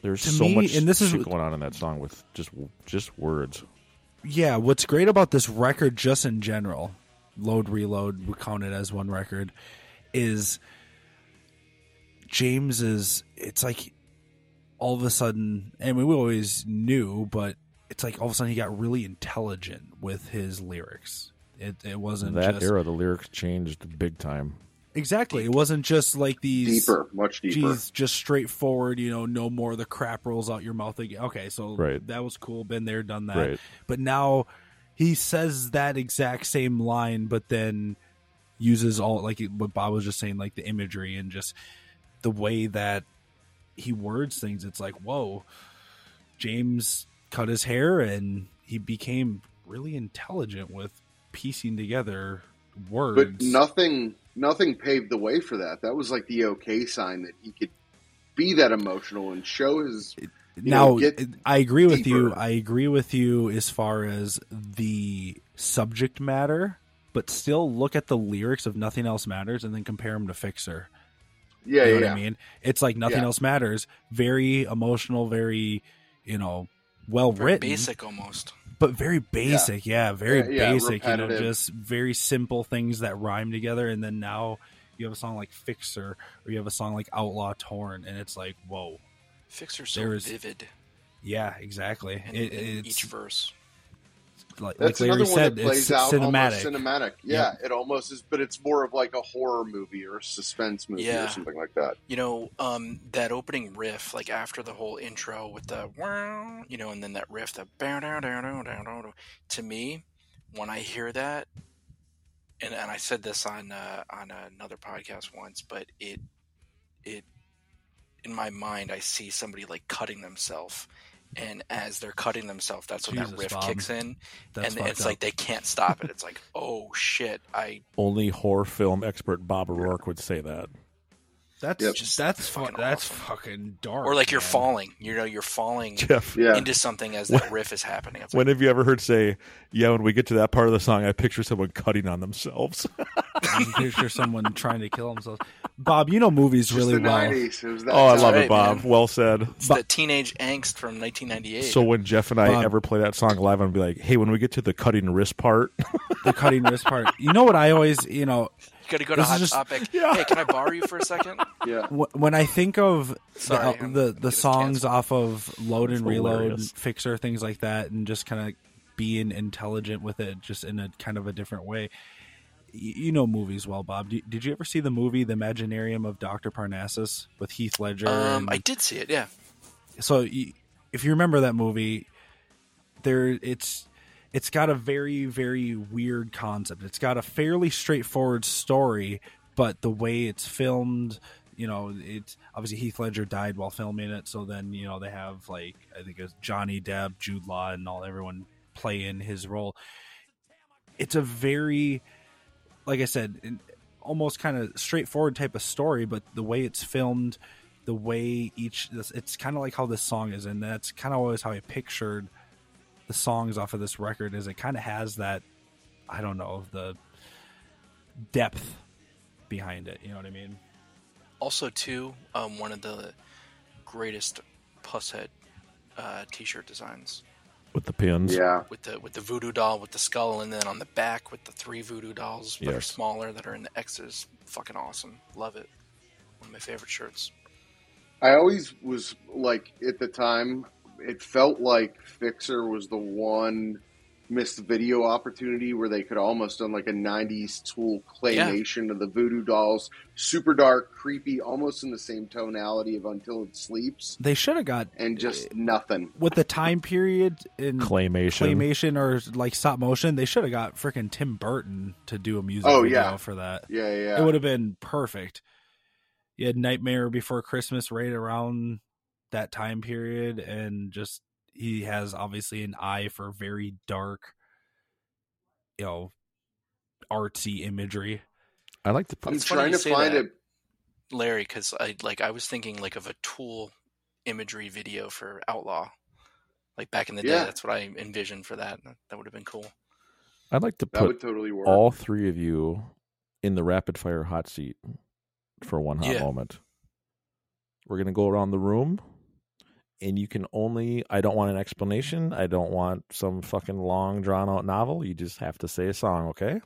S11: there's
S12: to
S11: so
S12: me-
S11: much
S12: and this is
S11: shit
S12: what-
S11: going on in that song with just just words.
S12: yeah, what's great about this record, just in general, load reload, we count it as one record, is James is it's like all of a sudden, and we always knew, but it's like all of a sudden he got really intelligent with his lyrics. It it wasn't
S11: that
S12: just,
S11: era, the lyrics changed big time.
S12: Exactly. It wasn't just like these
S13: Deeper, much deeper.
S12: Geez, just straightforward. You know, no more of the crap rolls out your mouth again. Okay, so
S11: Right.
S12: that was cool. Been there, done that.
S11: Right.
S12: But now he says that exact same line, but then uses all like what Bob was just saying, like the imagery and just the way that he words things. It's like, whoa, James cut his hair and he became really intelligent with piecing together words.
S13: But nothing, nothing paved the way for that. That was like the okay sign that he could be that emotional and show his. you
S12: now
S13: know, get-
S12: i agree with you
S13: deeper.
S12: i agree with you as far as the subject matter but still look at the lyrics of nothing else matters and then compare them to fixer
S13: yeah,
S12: you know
S13: yeah,
S12: what
S13: yeah.
S12: i mean it's like nothing
S13: Yeah.
S12: else matters very emotional very you know well
S6: Very
S12: written
S6: basic almost.
S12: but very basic yeah, very
S6: Yeah, yeah,
S12: basic you know
S6: repetitive.
S12: just very simple things that rhyme together and then now you have a song like fixer or you have a song like outlaw torn and it's like whoa
S6: Fixer's so
S12: There is-
S6: vivid
S12: yeah exactly
S6: in,
S12: it,
S6: in
S12: it's
S6: each verse.
S12: like,
S13: That's
S12: like
S13: another
S12: Larry
S13: one
S12: said,
S13: that plays
S12: it's
S13: out
S12: cinematic.
S13: almost cinematic. Yeah, it almost is, but it's more of like a horror movie or a suspense movie
S6: Yeah.
S13: or something like that.
S6: You know, um, that opening riff, like after the whole intro with the wow, you know, and then that riff, that bow, down, down, down, down, down. To me, when I hear that, and, and I said this on uh, on another podcast once, but it it in my mind, I see somebody like cutting themselves, and as they're cutting themselves, that's when that
S12: Jesus,
S6: riff
S12: Bob.
S6: kicks in,
S12: That's
S6: and
S12: fucked
S6: it's like
S12: up.
S6: they can't stop it. It's like, oh shit, I
S11: Only horror film expert Bob O'Rourke would say that.
S12: That's
S11: Yep.
S12: just that's fucking that's fucking dark.
S6: or like
S12: Oh,
S6: you're
S12: man.
S6: falling. You know, you're falling
S11: Jeff. Yeah.
S6: into something as that riff is happening. It's
S11: When have you ever heard say, "Yeah"? When we get to that part of the song, I picture someone cutting on themselves.
S12: You picture someone trying to kill themselves. Bob, you know movies
S11: Just
S12: really
S11: the
S12: well.
S11: 90s. It was that Oh, I time. love it, Bob. Well said.
S6: It's the teenage angst from 1998.
S11: so when Jeff and I
S12: Bob.
S11: ever play that song live, I'm be like, "Hey, when we get to the cutting wrist part,
S12: The cutting wrist part. You know what I always you know.
S6: you got to go to
S12: this is
S6: Hot
S12: just-
S6: Topic. Hey, can I borrow you for a second? Um,
S13: Yeah.
S12: wh- when I think of
S6: Sorry,
S12: the, the the songs off of Load and
S11: That's
S12: Reload,
S11: hilarious.
S12: Fixer, things like that, and just kind of being intelligent with it, just in a kind of a different way. Y- You know movies well, Bob. Do- Did you ever see the movie The Imaginarium of Doctor Parnassus with Heath Ledger?
S6: Um,
S12: and-
S6: I did see it. Yeah.
S12: so y- if you remember that movie there it's it's got a very very weird concept it's got a fairly straightforward story but the way it's filmed you know it's obviously heath ledger died while filming it so then you know they have like i think it's johnny depp jude law and all everyone play in his role it's a very like i said an- almost kind of straightforward type of story but the way it's filmed the way each this it's kind of like how this song is and that's kind of always how i pictured the songs off of this record is it kind of has that i don't know the depth behind it you know what i mean
S6: Also, too, um, one of the greatest pusshead uh, t-shirt designs
S11: with the pins."
S6: with the with the voodoo doll with the skull, and then on the back with the three voodoo dolls that are
S11: Yes.
S6: smaller that are in the X's. Fucking awesome. Love it. One of my favorite shirts.
S13: I always was like at the time, it felt like Fixer was the one missed video opportunity where they could almost done like a '90s Tool claymation of the Voodoo Dolls, super dark, creepy, almost in the same tonality of Until It Sleeps,
S12: they should have got
S13: and just nothing.
S12: with the time period in
S11: Claymation.
S12: claymation or like stop motion they should have got freaking tim burton to do a music
S13: Oh,
S12: video
S13: yeah.
S12: for that
S13: Yeah, yeah.
S12: it would have been perfect you had nightmare before christmas right around that time period and just he has obviously an eye for very dark you know artsy imagery
S11: I like to
S13: I'm trying to find
S6: that,
S13: a-
S6: Larry because I like I was thinking like of a Tool imagery video for Outlaw, like back in the
S13: Yeah.
S6: day. That's what I envisioned for that. That would have been cool.
S11: I'd like to
S13: That
S11: put
S13: would totally work.
S11: all three of you in the rapid fire hot seat for one hot
S6: Yeah.
S11: moment. We're going to go around the room and you can only I don't want an explanation. I don't want some fucking long drawn out novel. You just have to say a song, okay?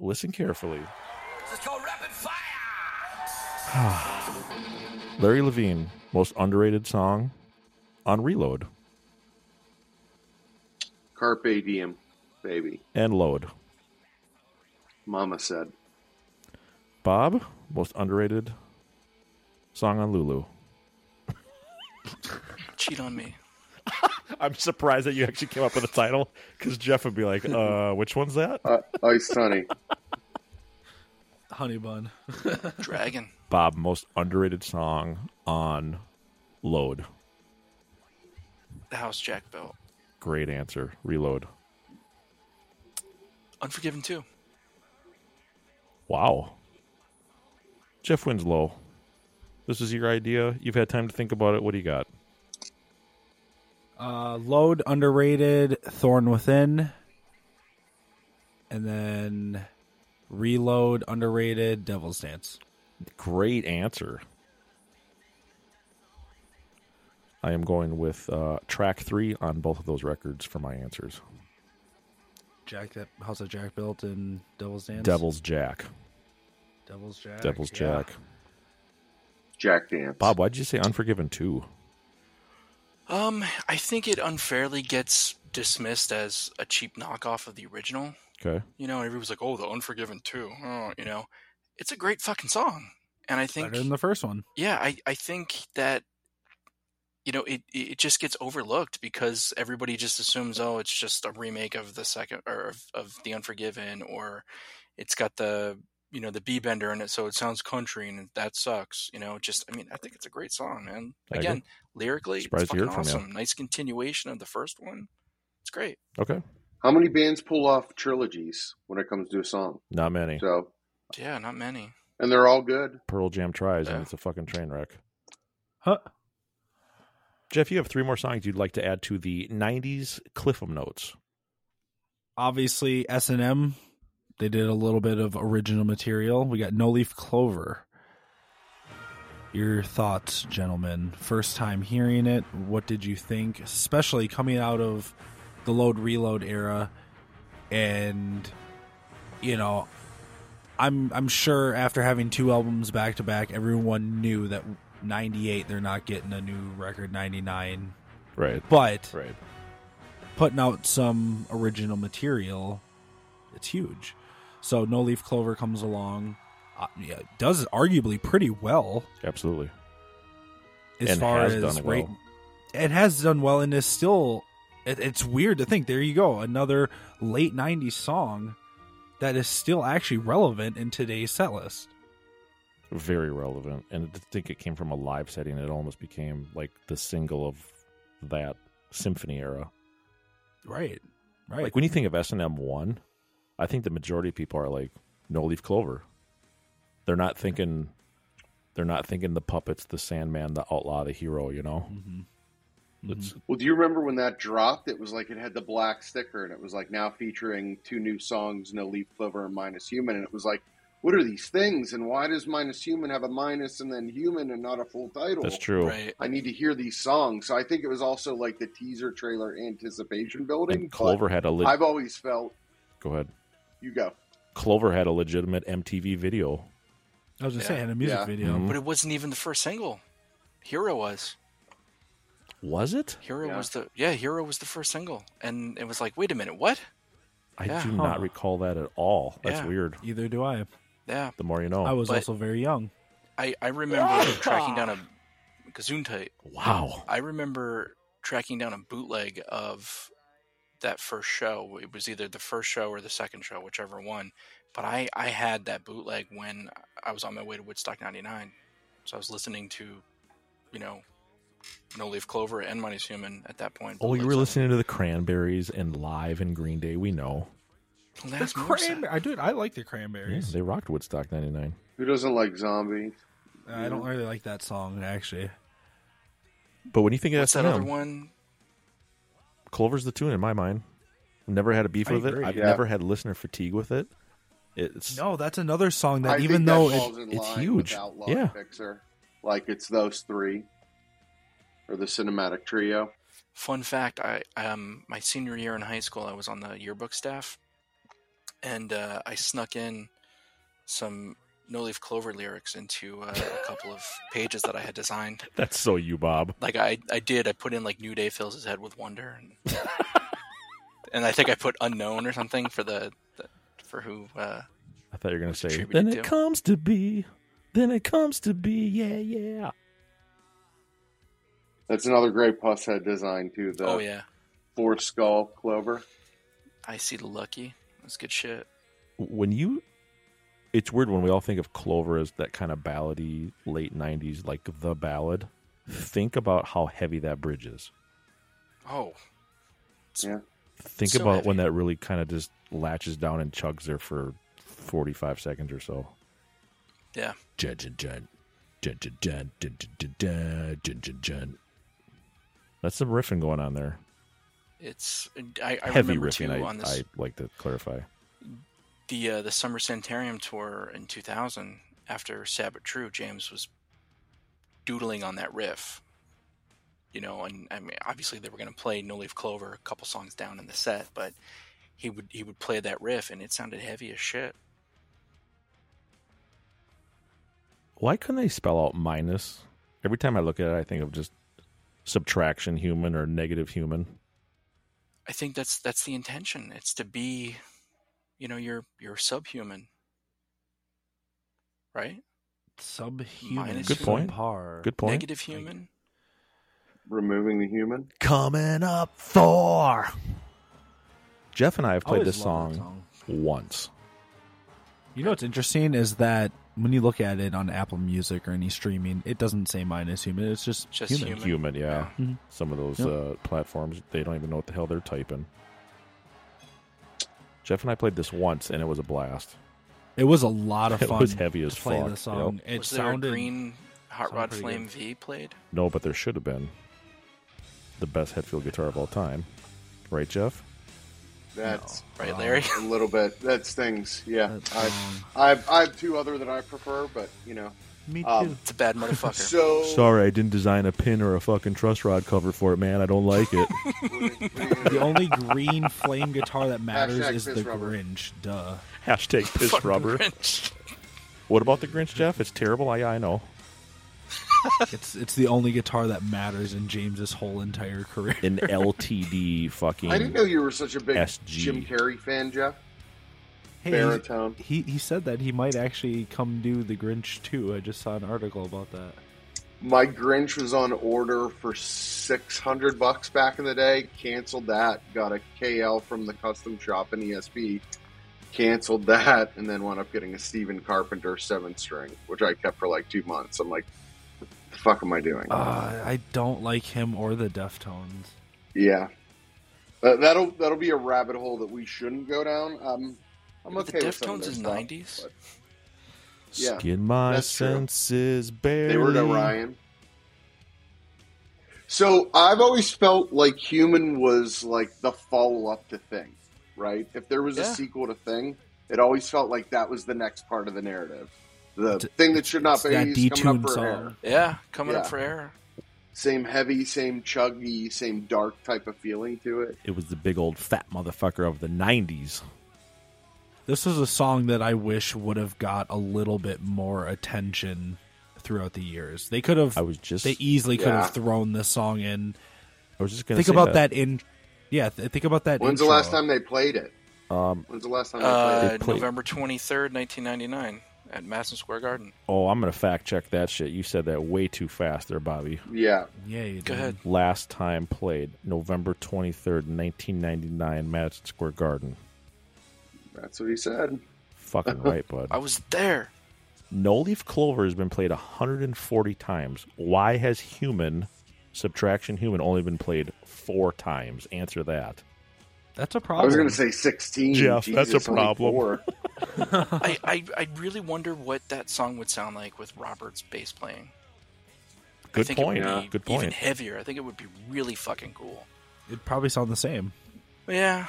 S11: Listen carefully.
S15: This is called rapid fire.
S11: Larry Levine, most underrated song on Reload
S13: Carpe diem, baby.
S11: and Load.
S13: Mama said.
S11: Bob, most underrated song on Lulu.
S6: Cheat on me.
S11: I'm surprised that you actually came up with a title because Jeff would be like, uh, which one's that?
S13: Uh, Ice Sunny.
S12: Honey bun.
S6: Dragon.
S11: Bob, most underrated song on Load.
S6: The house Jack built.
S11: Great answer. Reload.
S6: Unforgiven too.
S11: Wow. Jeff Winslow, this is your idea. You've had time to think about it. What do you got?
S12: Uh, load underrated, Thorn Within, and then Reload underrated, Devil's Dance.
S11: Great answer. I am going with uh, track three on both of those records for my answers.
S12: Jack that House of Jack built and Devil's Dance.
S11: Devil's Jack.
S12: Devil's Jack.
S11: Devil's
S12: yeah.
S11: Jack.
S13: Jack Dance.
S11: Bob, why'd you say Unforgiven 2?
S6: Um, I think it unfairly gets dismissed as a cheap knockoff of the original.
S11: Okay.
S6: You know, everyone's like, "Oh, the Unforgiven 2. Oh, you know, it's a great fucking song, and I think
S12: Better than the first one.
S6: yeah, I, I think that you know it it just gets overlooked because everybody just assumes oh it's just a remake of the second or of, of the Unforgiven or it's got the you know the B bender in it so it sounds country and that sucks you know just I mean I think it's a great song man
S11: I agree.
S6: again lyrically
S11: Surprised
S6: it's
S11: to hear
S6: fucking
S11: it from you.
S6: awesome nice continuation of the first one it's great
S11: Okay.
S13: How many bands pull off trilogies when it comes to a song?
S11: Not many.
S13: So,
S6: yeah not many
S13: and they're all good.
S11: Pearl Jam tries, and it's a fucking train wreck.
S12: Huh.
S11: Jeff, you have three more songs you'd like to add to the 90s Cliffham Notes.
S12: Obviously, S and M. They did a little bit of original material. We got No Leaf Clover. Your thoughts, gentlemen. First time hearing it. What did you think? Especially coming out of the load reload era. And you know, I'm I'm sure after having two albums back to back, everyone knew that ninety eight they're not getting a new record, ninety nine
S11: Right.
S12: but
S11: right.
S12: putting out some original material, it's huge. So No Leaf Clover comes along, uh, yeah, does arguably pretty well
S11: Absolutely.
S12: as
S11: And
S12: far
S11: has
S12: as
S11: done
S12: rate-
S11: well.
S12: It has done well, and is still. It, it's weird to think. There you go, another late '90s song that is still actually relevant in today's set list.
S11: Very relevant. And to think it came from a live setting, it almost became like the single of that symphony era.
S12: Right, right.
S11: Like when you think of S and M one, I think the majority of people are like no leaf clover. They're not thinking, they're not thinking the puppets, the Sandman, the outlaw, the hero. You know, It's-
S13: Well, do you remember when that dropped? It was like it had the black sticker, and it was like now featuring two new songs, No Leaf Clover and Minus Human. And it was like, what are these things? And why does Minus Human have a minus and then human and not a full title?
S11: That's true. Right.
S13: I need to hear these songs. So I think it was also like the teaser trailer anticipation building.
S11: And Clover
S13: but
S11: had a lit-
S13: I've always felt
S11: go ahead.
S13: you go.
S11: Clover had a legitimate MTV video.
S12: I was just saying a music
S6: Yeah.
S12: video.
S11: Mhm.
S6: but it wasn't even the first single Hero was
S11: Was it?
S6: Hero was the yeah Hero was the first single and it was like wait a minute what
S11: I
S6: Yeah.
S11: do not recall that at all. That's
S6: Yeah.
S11: weird.
S12: Either do I.
S6: yeah
S11: The more you know.
S12: I was
S6: But-
S12: also very young.
S6: I, I remember tracking down a Gesundheit.
S11: Wow.
S6: I remember tracking down a bootleg of that first show. It was either the first show or the second show, whichever one. But I, I had that bootleg when I was on my way to Woodstock 99. So I was listening to, you know, No Leaf Clover and Money's Human at that point.
S11: Oh, you were listening to the Cranberries and live in Green Day. We know
S6: Last
S12: The
S6: Morissette.
S12: cranberry. I dude, I like the
S11: Yeah,
S12: cranberries.
S11: they rocked Woodstock '99.
S13: Who doesn't like zombies?
S12: I don't really like that song actually.
S11: But when you think of
S6: What's
S11: S
S6: that
S11: and
S6: other
S11: M,
S6: one?
S11: Clover's the tune in my mind. Never had a beef
S12: I
S11: with
S12: agree.
S11: it. I've
S12: Yeah.
S11: never had listener fatigue with it. It's
S12: no, that's another song that
S13: I
S12: even
S13: think that
S12: though
S13: falls
S12: it,
S13: in
S12: it's
S13: line
S12: huge,
S13: with Outlaw
S12: yeah,
S13: Fixer. Like it's those three, or the cinematic trio.
S6: Fun fact: I um my senior year in high school, I was on the yearbook staff, and uh, I snuck in some No Leaf Clover lyrics into uh, a couple of pages that I had designed.
S11: That's so you, Bob.
S6: Like I, I did. I put in like New Day fills his head with wonder, and, and I think I put unknown or something for the, the for who. Uh,
S11: I thought you were gonna say.
S6: attributed
S11: Then it
S6: to.
S11: comes to be. Then it comes to be. Yeah, yeah.
S13: That's another great plus head design too. The
S6: Oh, yeah.
S13: four skull clover.
S6: I see the lucky. That's good shit.
S11: When you, it's weird when we all think of Clover as that kind of ballady late '90s, like the ballad. Think about how heavy that bridge is.
S6: Oh,
S13: Yeah.
S11: Think
S6: So
S11: about when that really kind of just latches down and chugs there for 45 seconds or so.
S6: yeah.
S11: Dun, dun, dun. Dun, dun, dun, dun, dun, dun, dun, dun, dun. That's some riffing going on there.
S6: It's I, I
S11: Heavy
S6: remember
S11: riffing,
S6: too
S11: I,
S6: on this
S11: I like to clarify.
S6: the uh, the Summer Sanitarium tour in 2000 after Sabbath True, James was doodling on that riff. You know, and I mean, obviously they were going to play No Leaf Clover a couple songs down in the set, but he would he would play that riff, and it sounded heavy as shit.
S11: Why couldn't they spell out minus? Every time I look at it, I think of just subtraction human or negative human.
S6: I think that's that's the intention. It's to be, you know, you're you're subhuman, right?
S12: subhuman.
S6: Minus
S11: Good point.
S12: Subpar.
S11: Good point.
S6: Negative human.
S13: Removing the human.
S11: Coming up Thor. Jeff and I have played
S12: Always
S11: this
S12: loved
S11: song,
S12: that
S11: once.
S12: You know what's interesting is that when you look at it on Apple Music or any streaming, it doesn't say minus human. It's just,
S6: Just
S12: human.
S6: human.
S11: Human, yeah.
S12: Yeah. Mhm.
S11: Some of those
S12: Yep.
S11: uh, platforms, they don't even know what the hell they're typing. Jeff and I played this once, and it was a blast.
S12: It was a lot of
S11: It
S12: fun.
S11: was heavy as
S12: to play
S11: fuck,
S12: The song. It
S6: was
S12: sounded
S6: there a green hot
S12: sounded
S6: rod
S12: pretty
S6: flame V played?
S11: No, but there should have been the best Hetfield guitar of all time, right, Jeff?
S13: That's
S6: Right, Larry?
S13: A little bit. That's things. Yeah. I, I, have I have two other that I prefer, but you know.
S12: Me
S13: Um,
S6: It's a bad motherfucker.
S13: so
S11: Sorry, I didn't design a pin or a fucking truss rod cover for it, man. I don't like it.
S12: the only green flame guitar that matters
S13: Hashtag
S12: is the
S13: piss rubber.
S12: Grinch. Duh.
S11: Hashtag piss
S12: Fucking
S11: rubber. What about the Grinch, Jeff? It's terrible. I I know.
S12: It's it's the only guitar that matters in James's whole entire career.
S11: An LTD fucking.
S13: I didn't know you were such a big
S11: SG.
S13: Jim Carrey fan, Jeff.
S12: Hey,
S13: Baritone.
S12: He he said that he might actually come do the Grinch too. I just saw an article about that.
S13: My Grinch was on order for six hundred bucks back in the day. Canceled that. Got a KL from the custom shop in ESP. Canceled that, and then wound up getting a Steven Carpenter seven string, which I kept for like two months. I'm like, what the fuck am I doing?
S12: Uh, I don't like him or the Deftones.
S13: Yeah, Uh, that'll that'll be a rabbit hole that we shouldn't go down. Um, I'm
S6: Were the
S13: okay with some of
S6: Deftones
S13: their
S6: is
S13: stuff,
S6: 90s?
S13: but- Yeah,
S11: Skin my
S13: that's true.
S11: senses barely.
S13: They were to Ryan. So I've always felt like Human was like the follow up to Thing, right? If there was a
S6: Yeah.
S13: sequel to Thing, it always felt like that was the next part of the narrative. The thing that should not
S12: it's
S13: be
S12: that
S13: is
S12: detuned
S13: coming up for
S12: song.
S13: air.
S6: Yeah, coming up
S13: Yeah.
S6: for air.
S13: Same heavy, same chuggy, same dark type of feeling to it.
S11: It was the big old fat motherfucker of the '90s.
S12: This is a song that I wish would have got a little bit more attention throughout the years. They could have.
S11: I was just.
S12: They easily could
S13: Yeah.
S12: have thrown this song in.
S11: I was just gonna
S12: Think
S11: say
S12: about that. in. Yeah, th- think about that.
S13: When's the
S12: intro.
S13: last time they played it?
S11: Um,
S13: When's the last time they played
S6: Uh,
S13: it?
S11: played-
S6: November 23rd, 1999 at Madison Square Garden.
S11: oh, I'm gonna fact check that shit. You said that way too fast, there, Bobby.
S13: Yeah.
S12: Yeah, you
S6: Go
S12: did.
S6: ahead.
S11: Last time played November 23rd, 1999, Madison Square Garden.
S13: That's what he said.
S11: Fucking right, bud.
S6: I was there.
S11: No Leaf Clover has been played 140 times. Why has Human, Subtraction Human, only been played four times? Answer that.
S12: That's a problem.
S13: I was going to say 16.
S11: Jeff, that's
S13: Jesus,
S11: a
S13: only
S11: problem.
S13: four.
S6: I, I, I really wonder what that song would sound like with Robert's bass playing. I
S11: Good
S6: think it would
S11: point.
S6: be
S11: Good
S6: Even
S11: point.
S6: heavier. I think it would be really fucking cool.
S12: It'd probably sound the same.
S6: Yeah.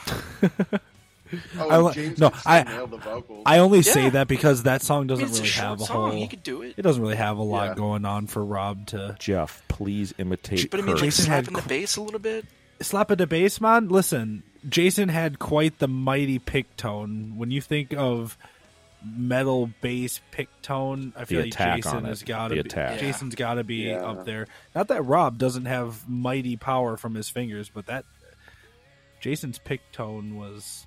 S13: Oh,
S12: I,
S13: James
S12: no,
S13: can still
S12: I,
S13: nail the vocals.
S12: I only
S13: Yeah.
S12: say that because that song doesn't
S13: It's a
S12: really
S13: short
S12: have a
S13: song.
S12: whole.
S13: He could do it.
S12: doesn't really have a lot
S6: Yeah.
S12: going on for Rob to.
S11: Jeff, please imitate.
S6: But I mean, like
S12: Jason had
S6: slapping the bass a little bit.
S12: Slap a debase, man. Listen, Jason had quite the mighty pick tone. When you think of metal bass pick tone, I feel
S11: The
S12: like
S11: attack
S12: Jason
S11: on it.
S12: has got to
S11: The
S12: be.
S11: attack.
S12: Jason's got to be
S11: Yeah.
S12: up there. Not that Rob doesn't have mighty power from his fingers, but that Jason's pick tone was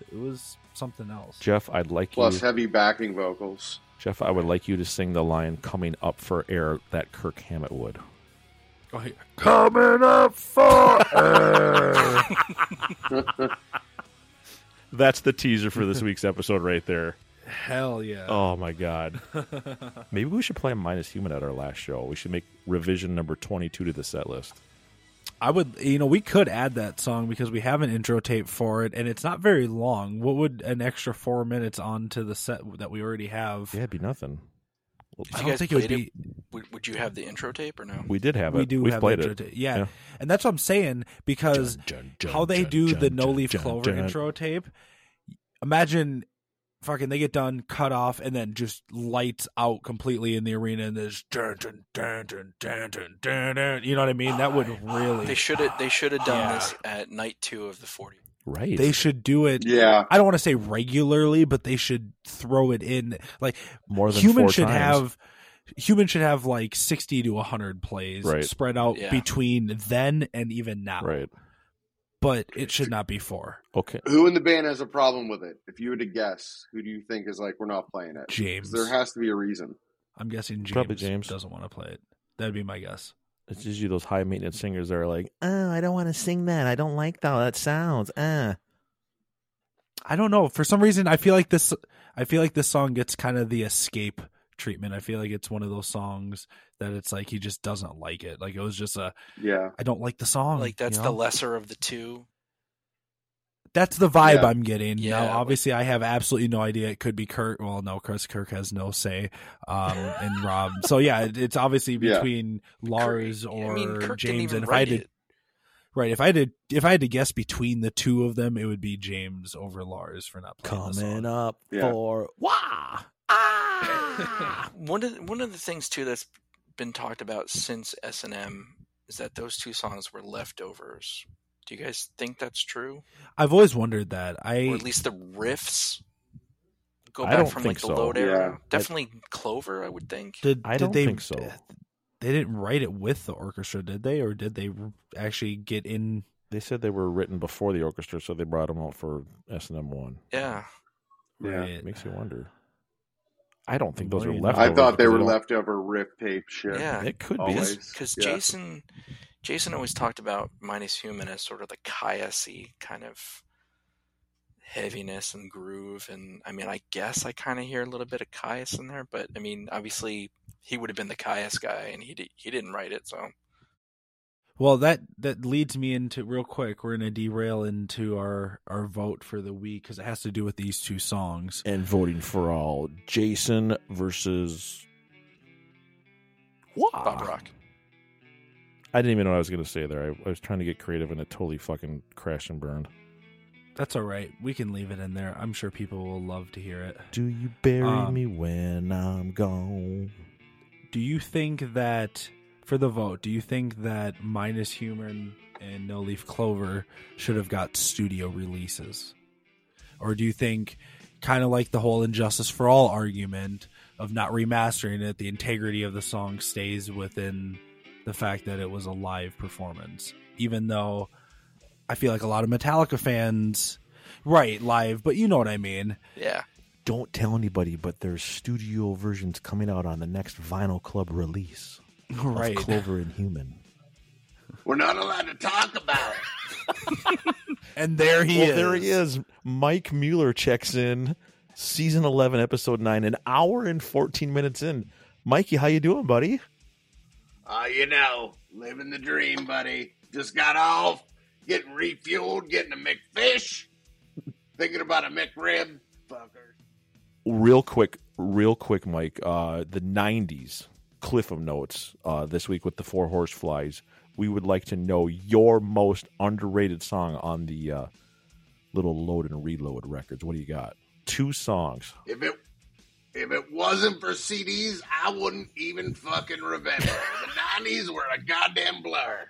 S12: it was something else.
S11: Jeff, I'd like
S13: Plus
S11: you.
S13: heavy backing vocals.
S11: Jeff, I would like you to sing the line "Coming Up for Air" that Kirk Hammett would.
S12: Coming up for air.
S11: That's the teaser for this week's episode, right there.
S12: Hell yeah.
S11: Oh my god. Maybe we should play minus human at our last show. We should make revision number twenty-two to the set list.
S12: I would, you know, we could add that song because we have an intro tape for it, and it's not very long. What would an extra four minutes onto the set that we already have?
S11: Yeah, it'd be nothing.
S6: If you guys played it, would, would you have the intro tape or no?
S11: We did have it.
S12: We do
S11: We've
S12: have
S11: played
S12: intro
S11: it.
S12: tape. Yeah.
S11: Yeah.
S12: and that's what I'm saying because how they do the no leaf clover
S11: dun.
S12: intro tape. Imagine, fucking, they get done, cut off, and then just lights out completely in the arena, and there's dun dun dun dun dun dun dun. dun. You know what I mean? That would really.
S6: Ah, They should have. They should have done
S12: Yeah.
S6: this at night two of the forty.
S11: Right.
S12: They should do it.
S13: Yeah.
S12: I don't want to say regularly, but they should throw it in. Like
S11: More than
S12: human
S11: four
S12: should
S11: times.
S12: have. Human should have like sixty to hundred plays
S11: Right.
S12: spread out
S11: Yeah.
S12: between then and even now.
S11: Right.
S12: But it should not be four.
S11: Okay.
S13: Who in the band has a problem with it? If you were to guess, who do you think is like, we're not playing it? 'Cause
S12: James.
S13: There has to be a reason.
S12: I'm guessing James,
S11: Probably James.
S12: doesn't want to play it. That'd be my guess.
S11: It's usually those high maintenance singers that are like,
S14: Oh, I don't want to sing that. I don't like how that sounds. Uh.
S12: I don't know. For some reason, I feel like this. I feel like this song gets kind of the escape treatment. I feel like it's one of those songs that it's like he just doesn't like it. Like it was just a
S13: Yeah.
S12: I don't like the song.
S6: Like that's
S12: you
S6: the
S12: know?
S6: lesser of the two.
S12: That's the vibe
S6: Yeah.
S12: I'm getting.
S6: Yeah,
S12: now, obviously, I have absolutely no idea. It could be Kirk. Well, no, Chris Kirk has no say, um, and Rob. So yeah, it- it's obviously
S11: Yeah.
S12: between Lars or
S6: I mean, Kirk didn't
S12: James.
S6: even
S12: And if I
S6: write
S12: did,
S6: it.
S12: right, if I did, if I had to guess between the two of them, it would be James over Lars for not playing the
S14: Coming
S12: song.
S14: up
S12: Yeah. Ah!
S14: for wah.
S6: one of the, one of the things too that's been talked about since S and M is that those two songs were leftovers. Do you guys think that's true,
S12: I've always wondered that. I
S6: or at least the riffs go
S12: I
S6: back
S12: don't
S6: from like
S12: think so.
S6: the load era?
S12: Yeah.
S6: Definitely Clover, I would think.
S12: did.
S11: I
S12: did
S11: don't
S12: they, uh,
S11: think so.
S12: They didn't write it with the orchestra, did they? Or did they actually get in?
S11: They said they were written before the orchestra, so they brought them out for S and M one.
S6: Yeah.
S11: It makes you wonder. I don't think those are
S13: I
S11: left.
S13: thought they were leftover riff tape shit.
S6: Yeah,
S11: It could be.
S13: Always.
S6: because
S13: Yeah.
S6: Jason, Jason always talked about minus human as sort of the Kayasi kind of heaviness and groove, and I mean, I guess I kind of hear a little bit of Caius in there, but I mean, obviously he would have been the Caius guy, and he di- he didn't write it, so
S12: Well, that that leads me into real quick. We're gonna derail into our our vote for the week because it has to do with these two songs.
S11: And voting for all Jason versus.
S6: Bob Rock.
S11: I didn't even know what I was going to say there. I, I was trying to get creative, and it totally fucking crashed and burned.
S12: That's all right. We can leave it in there. I'm sure people will love to hear it.
S11: Do you bury
S12: Um,
S11: me when I'm gone?
S12: Do you think that for the vote? Do you think that minus human and no leaf clover should have got studio releases, or do you think kind of like the whole injustice for all argument of not remastering it, the integrity of the song stays within the fact that it was a live performance, even though I feel like a lot of Metallica fans, right, live, but you know what I mean.
S6: Yeah.
S14: Don't tell anybody, but there's studio versions coming out on the next Vinyl Club release
S12: Right.
S14: of Clover and Human.
S13: We're not allowed to talk about
S12: And there he
S11: well,
S12: is.
S11: There he is. Mike Mueller checks in, season eleven, episode nine, an hour and fourteen minutes in. Mikey, how you doing, buddy?
S13: Ah,
S16: Uh, you know, living the dream, buddy. Just got off, getting refueled, getting a McFish, thinking about a McRib. Fucker.
S11: Real quick, real quick, Mike. Uh, the '90s Cliffham notes uh, this week with the Four Horseflies. We would like to know your most underrated song on the uh, little load and reload records. What do you got? Two songs.
S13: If it if it wasn't for CDs, I wouldn't even fucking remember. the nineties were a goddamn blur.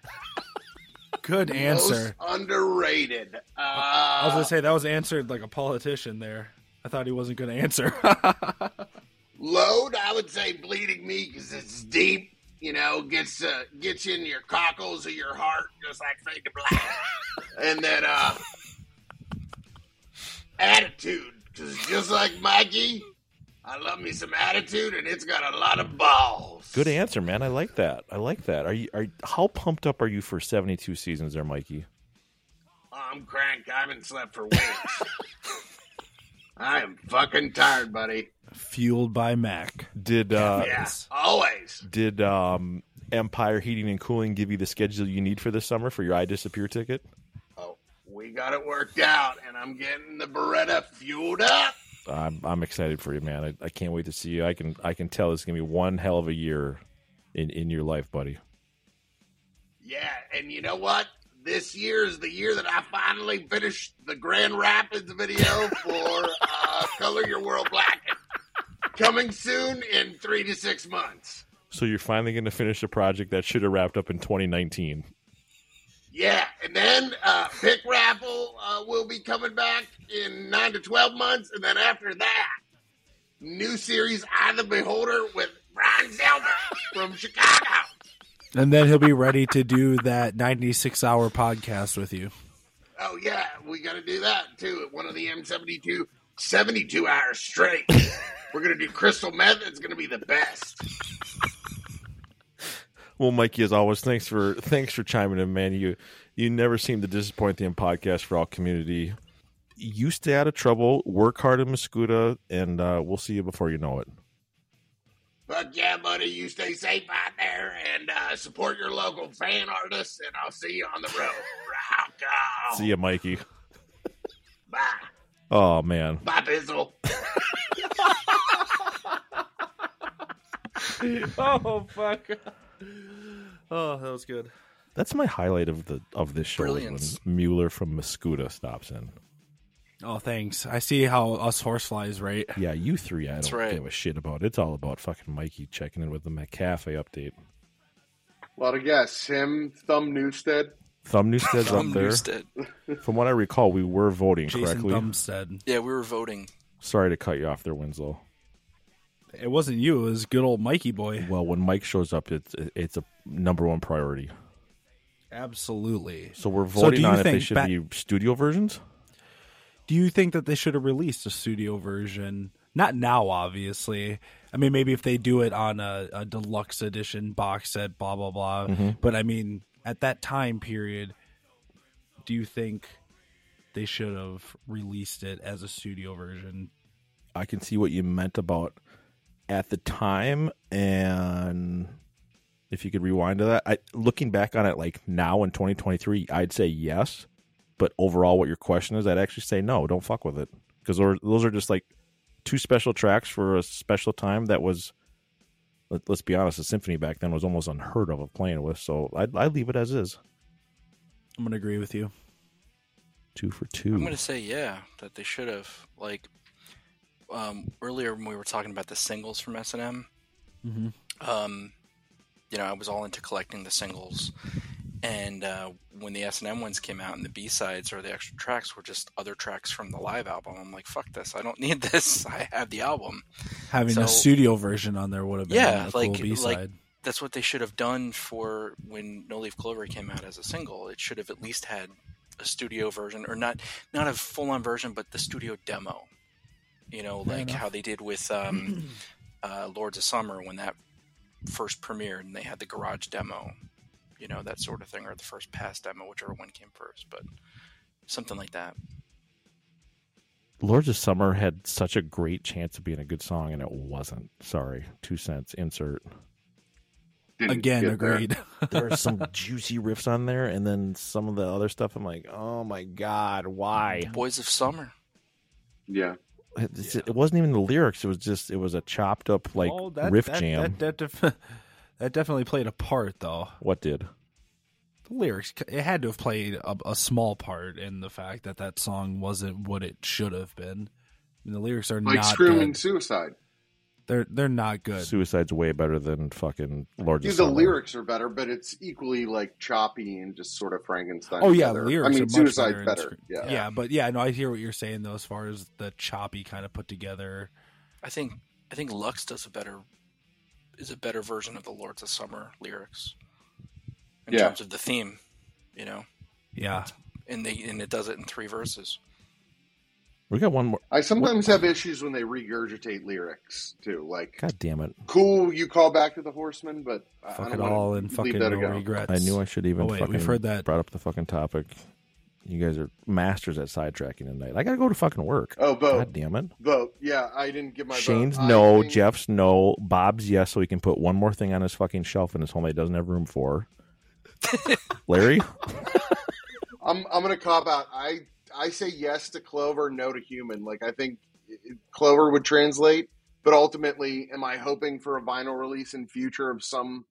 S12: Good answer.
S13: Most underrated. Uh,
S12: I was gonna say that was answered like a politician there. I thought he wasn't gonna answer.
S13: load, I would say bleeding me because it's deep. You know, gets uh, gets in your cockles of your heart, just like fade to black. and then uh, attitude, because just like Mikey, I love me some attitude, and it's got a lot of balls.
S11: Good answer, man. I like that. I like that. Are you are how pumped up are you for seventy two seasons there, Mikey?
S13: I'm cranked. I haven't slept for weeks. I am fucking tired, buddy.
S12: Fueled by Mac.
S11: Did uh
S13: Yeah, always.
S11: did um Empire Heating and Cooling give you the schedule you need for this summer for your I Disappear ticket?
S13: We got it worked out, and I'm getting the Beretta fueled up.
S11: I'm I'm excited for you, man. I, I can't wait to see you. I can I can tell it's gonna be one hell of a year in in your life, buddy.
S13: Yeah, and you know what? This year is the year that I finally finished the Grand Rapids video for uh, Color Your World Black. Coming soon in three to six months.
S11: So you're finally gonna finish a project that should have wrapped up in 2019.
S13: Yeah, and then uh, Pick Raffle uh, will be coming back in nine to 12 months. And then after that, new series, I the Beholder with Brian Zelda from Chicago.
S12: And then he'll be ready to do that 96 hour podcast with you.
S13: Oh yeah, we got to do that too. One of the M72 72 hours straight. We're gonna do crystal meth. It's gonna be the best.
S11: Well, Mikey, as always, thanks for thanks for chiming in, man. You you never seem to disappoint the podcast for all community. You stay out of trouble, work hard in Muscuda, and uh, we'll see you before you know it.
S13: But yeah, buddy, you stay safe out there and uh, support your local fan artists. And I'll see you on the road. Rock on.
S11: See you, Mikey.
S13: Bye.
S11: Oh man.
S13: Bye, Bizzle.
S12: oh fuck. Oh, that was good.
S11: That's my highlight of the of this show is
S12: Brilliance.
S11: when Mueller from Muscuda stops in.
S12: Oh, thanks. I see how us horseflies rate.
S11: Yeah, you three, I
S12: That's
S11: don't
S12: right.
S11: give a shit about. It's all about fucking Mikey checking in with the McCafe update.
S17: A lot of guests. Him, Thumb Newstead.
S11: Thumb Newstead's
S17: Thumb
S11: up there.
S17: Newstead.
S11: From what I recall, we were voting correctly.
S6: Yeah, we were voting.
S11: Sorry to cut you off there, Winslow.
S12: It wasn't you. It was good old Mikey boy.
S11: Well, when Mike shows up, it's it's a number one priority.
S12: Absolutely.
S11: So we're
S12: So
S11: voting
S12: do you
S11: on if they
S12: think
S11: should
S12: ba-
S11: be studio versions.
S12: Do you think that they should have released a studio version? Not now, obviously. I mean, maybe if they do it on a, a deluxe edition box set, blah blah blah.
S11: Mhm.
S12: But I mean, at that time period, do you think they should have released it as a studio version?
S11: I can see what you meant about at the time, and if you could rewind to that, I, looking back on it, like now in 2023, I'd say yes. But overall, what your question is, I'd actually say no. Don't fuck with it because those are just like two special tracks for a special time that was. Let, let's be honest, the symphony back then was almost unheard of of playing with. So I'd, I'd leave it as is.
S12: I'm gonna agree with you.
S11: Two for 2
S6: I'm going to say yeah that they should have like um, earlier when we were talking about the singles from S and M.
S12: Mm-hmm.
S6: um, you know, I was all into collecting the singles, and uh, when the S and M ones came out, and the B sides or the extra tracks were just other tracks from the live album, I'm like, fuck this, I don't need this. I have the album.
S12: Having
S6: So-
S12: a studio version on there would have been
S6: Yeah,
S12: a cool
S6: like
S12: B-side.
S6: like that's what they should have done for when No Leaf Clover came out as a single. It should have at least had a studio version, or not not a full on version, but the studio demo. You know,
S12: Fair
S6: like
S12: enough.
S6: how they did with um, uh, Lords of Summer when that first premiered, and they had the garage demo. You know that sort of thing, or the first pass demo, whichever one came first, but something like that.
S11: Lords of Summer had such a great chance of being a good song, and it wasn't. Sorry, two cents insert.
S12: Again, agreed.
S11: there are some juicy riffs on there, and then some of the other stuff. I'm like, oh my god, why?
S6: Boys of Summer.
S17: Yeah.
S11: It, it's- it wasn't even the lyrics. It was just it was a chopped up like
S12: Oh, that-
S11: riff
S12: that-
S11: jam.
S12: That, that, def- that definitely played a part, though.
S11: What did?
S12: lyrics. It had to have played a, a small part in the fact that that song wasn't what it should have been. And the lyrics are
S13: like
S12: not
S13: screaming
S12: good.
S13: suicide.
S12: They're they're not good.
S11: Suicide's way better than fucking Lord.
S13: Dude, the lyrics are better, but it's equally like choppy and just sort of Frankenstein.
S12: Oh yeah,
S13: together.
S12: lyrics
S13: I mean,
S12: are much
S13: suicide's
S12: better.
S13: better.
S12: in Scream.
S13: Yeah.
S12: yeah, but yeah, no, I hear what you're saying though, as far as the choppy kind of put together.
S6: I think I think Lux does a better is a better version of the Lords of Summer lyrics in
S12: Yeah.
S6: terms of the theme, you know,
S12: Yeah,
S6: and they and it does it in three verses.
S11: We got one more.
S13: I sometimes have issues when they regurgitate lyrics too. Like,
S11: God damn it!
S13: cool, you call back to the horseman, but I- I
S12: Fuck
S13: don't
S12: it
S13: wanna
S12: all and
S13: leave
S12: fucking
S13: that
S12: no
S13: ago.
S12: regrets.
S11: I knew I should even.
S12: Oh, wait,
S11: fucking
S12: we've heard that.
S11: Brought up the fucking topic. You guys are masters at sidetracking tonight. I gotta go to fucking work.
S13: Oh, Bo.
S11: God damn it!
S13: Vote. Yeah, I didn't give my
S11: Shane's
S13: vote. I
S11: no,
S13: think-
S11: Jeff's no, Bob's yes, so he can put one more thing on his fucking shelf in his home that he doesn't have room for. Larry,
S13: I'm I'm gonna cop out. I I say yes to Clover, no to human. Like I think it- Clover would translate, but ultimately, am I hoping for a vinyl release in future of some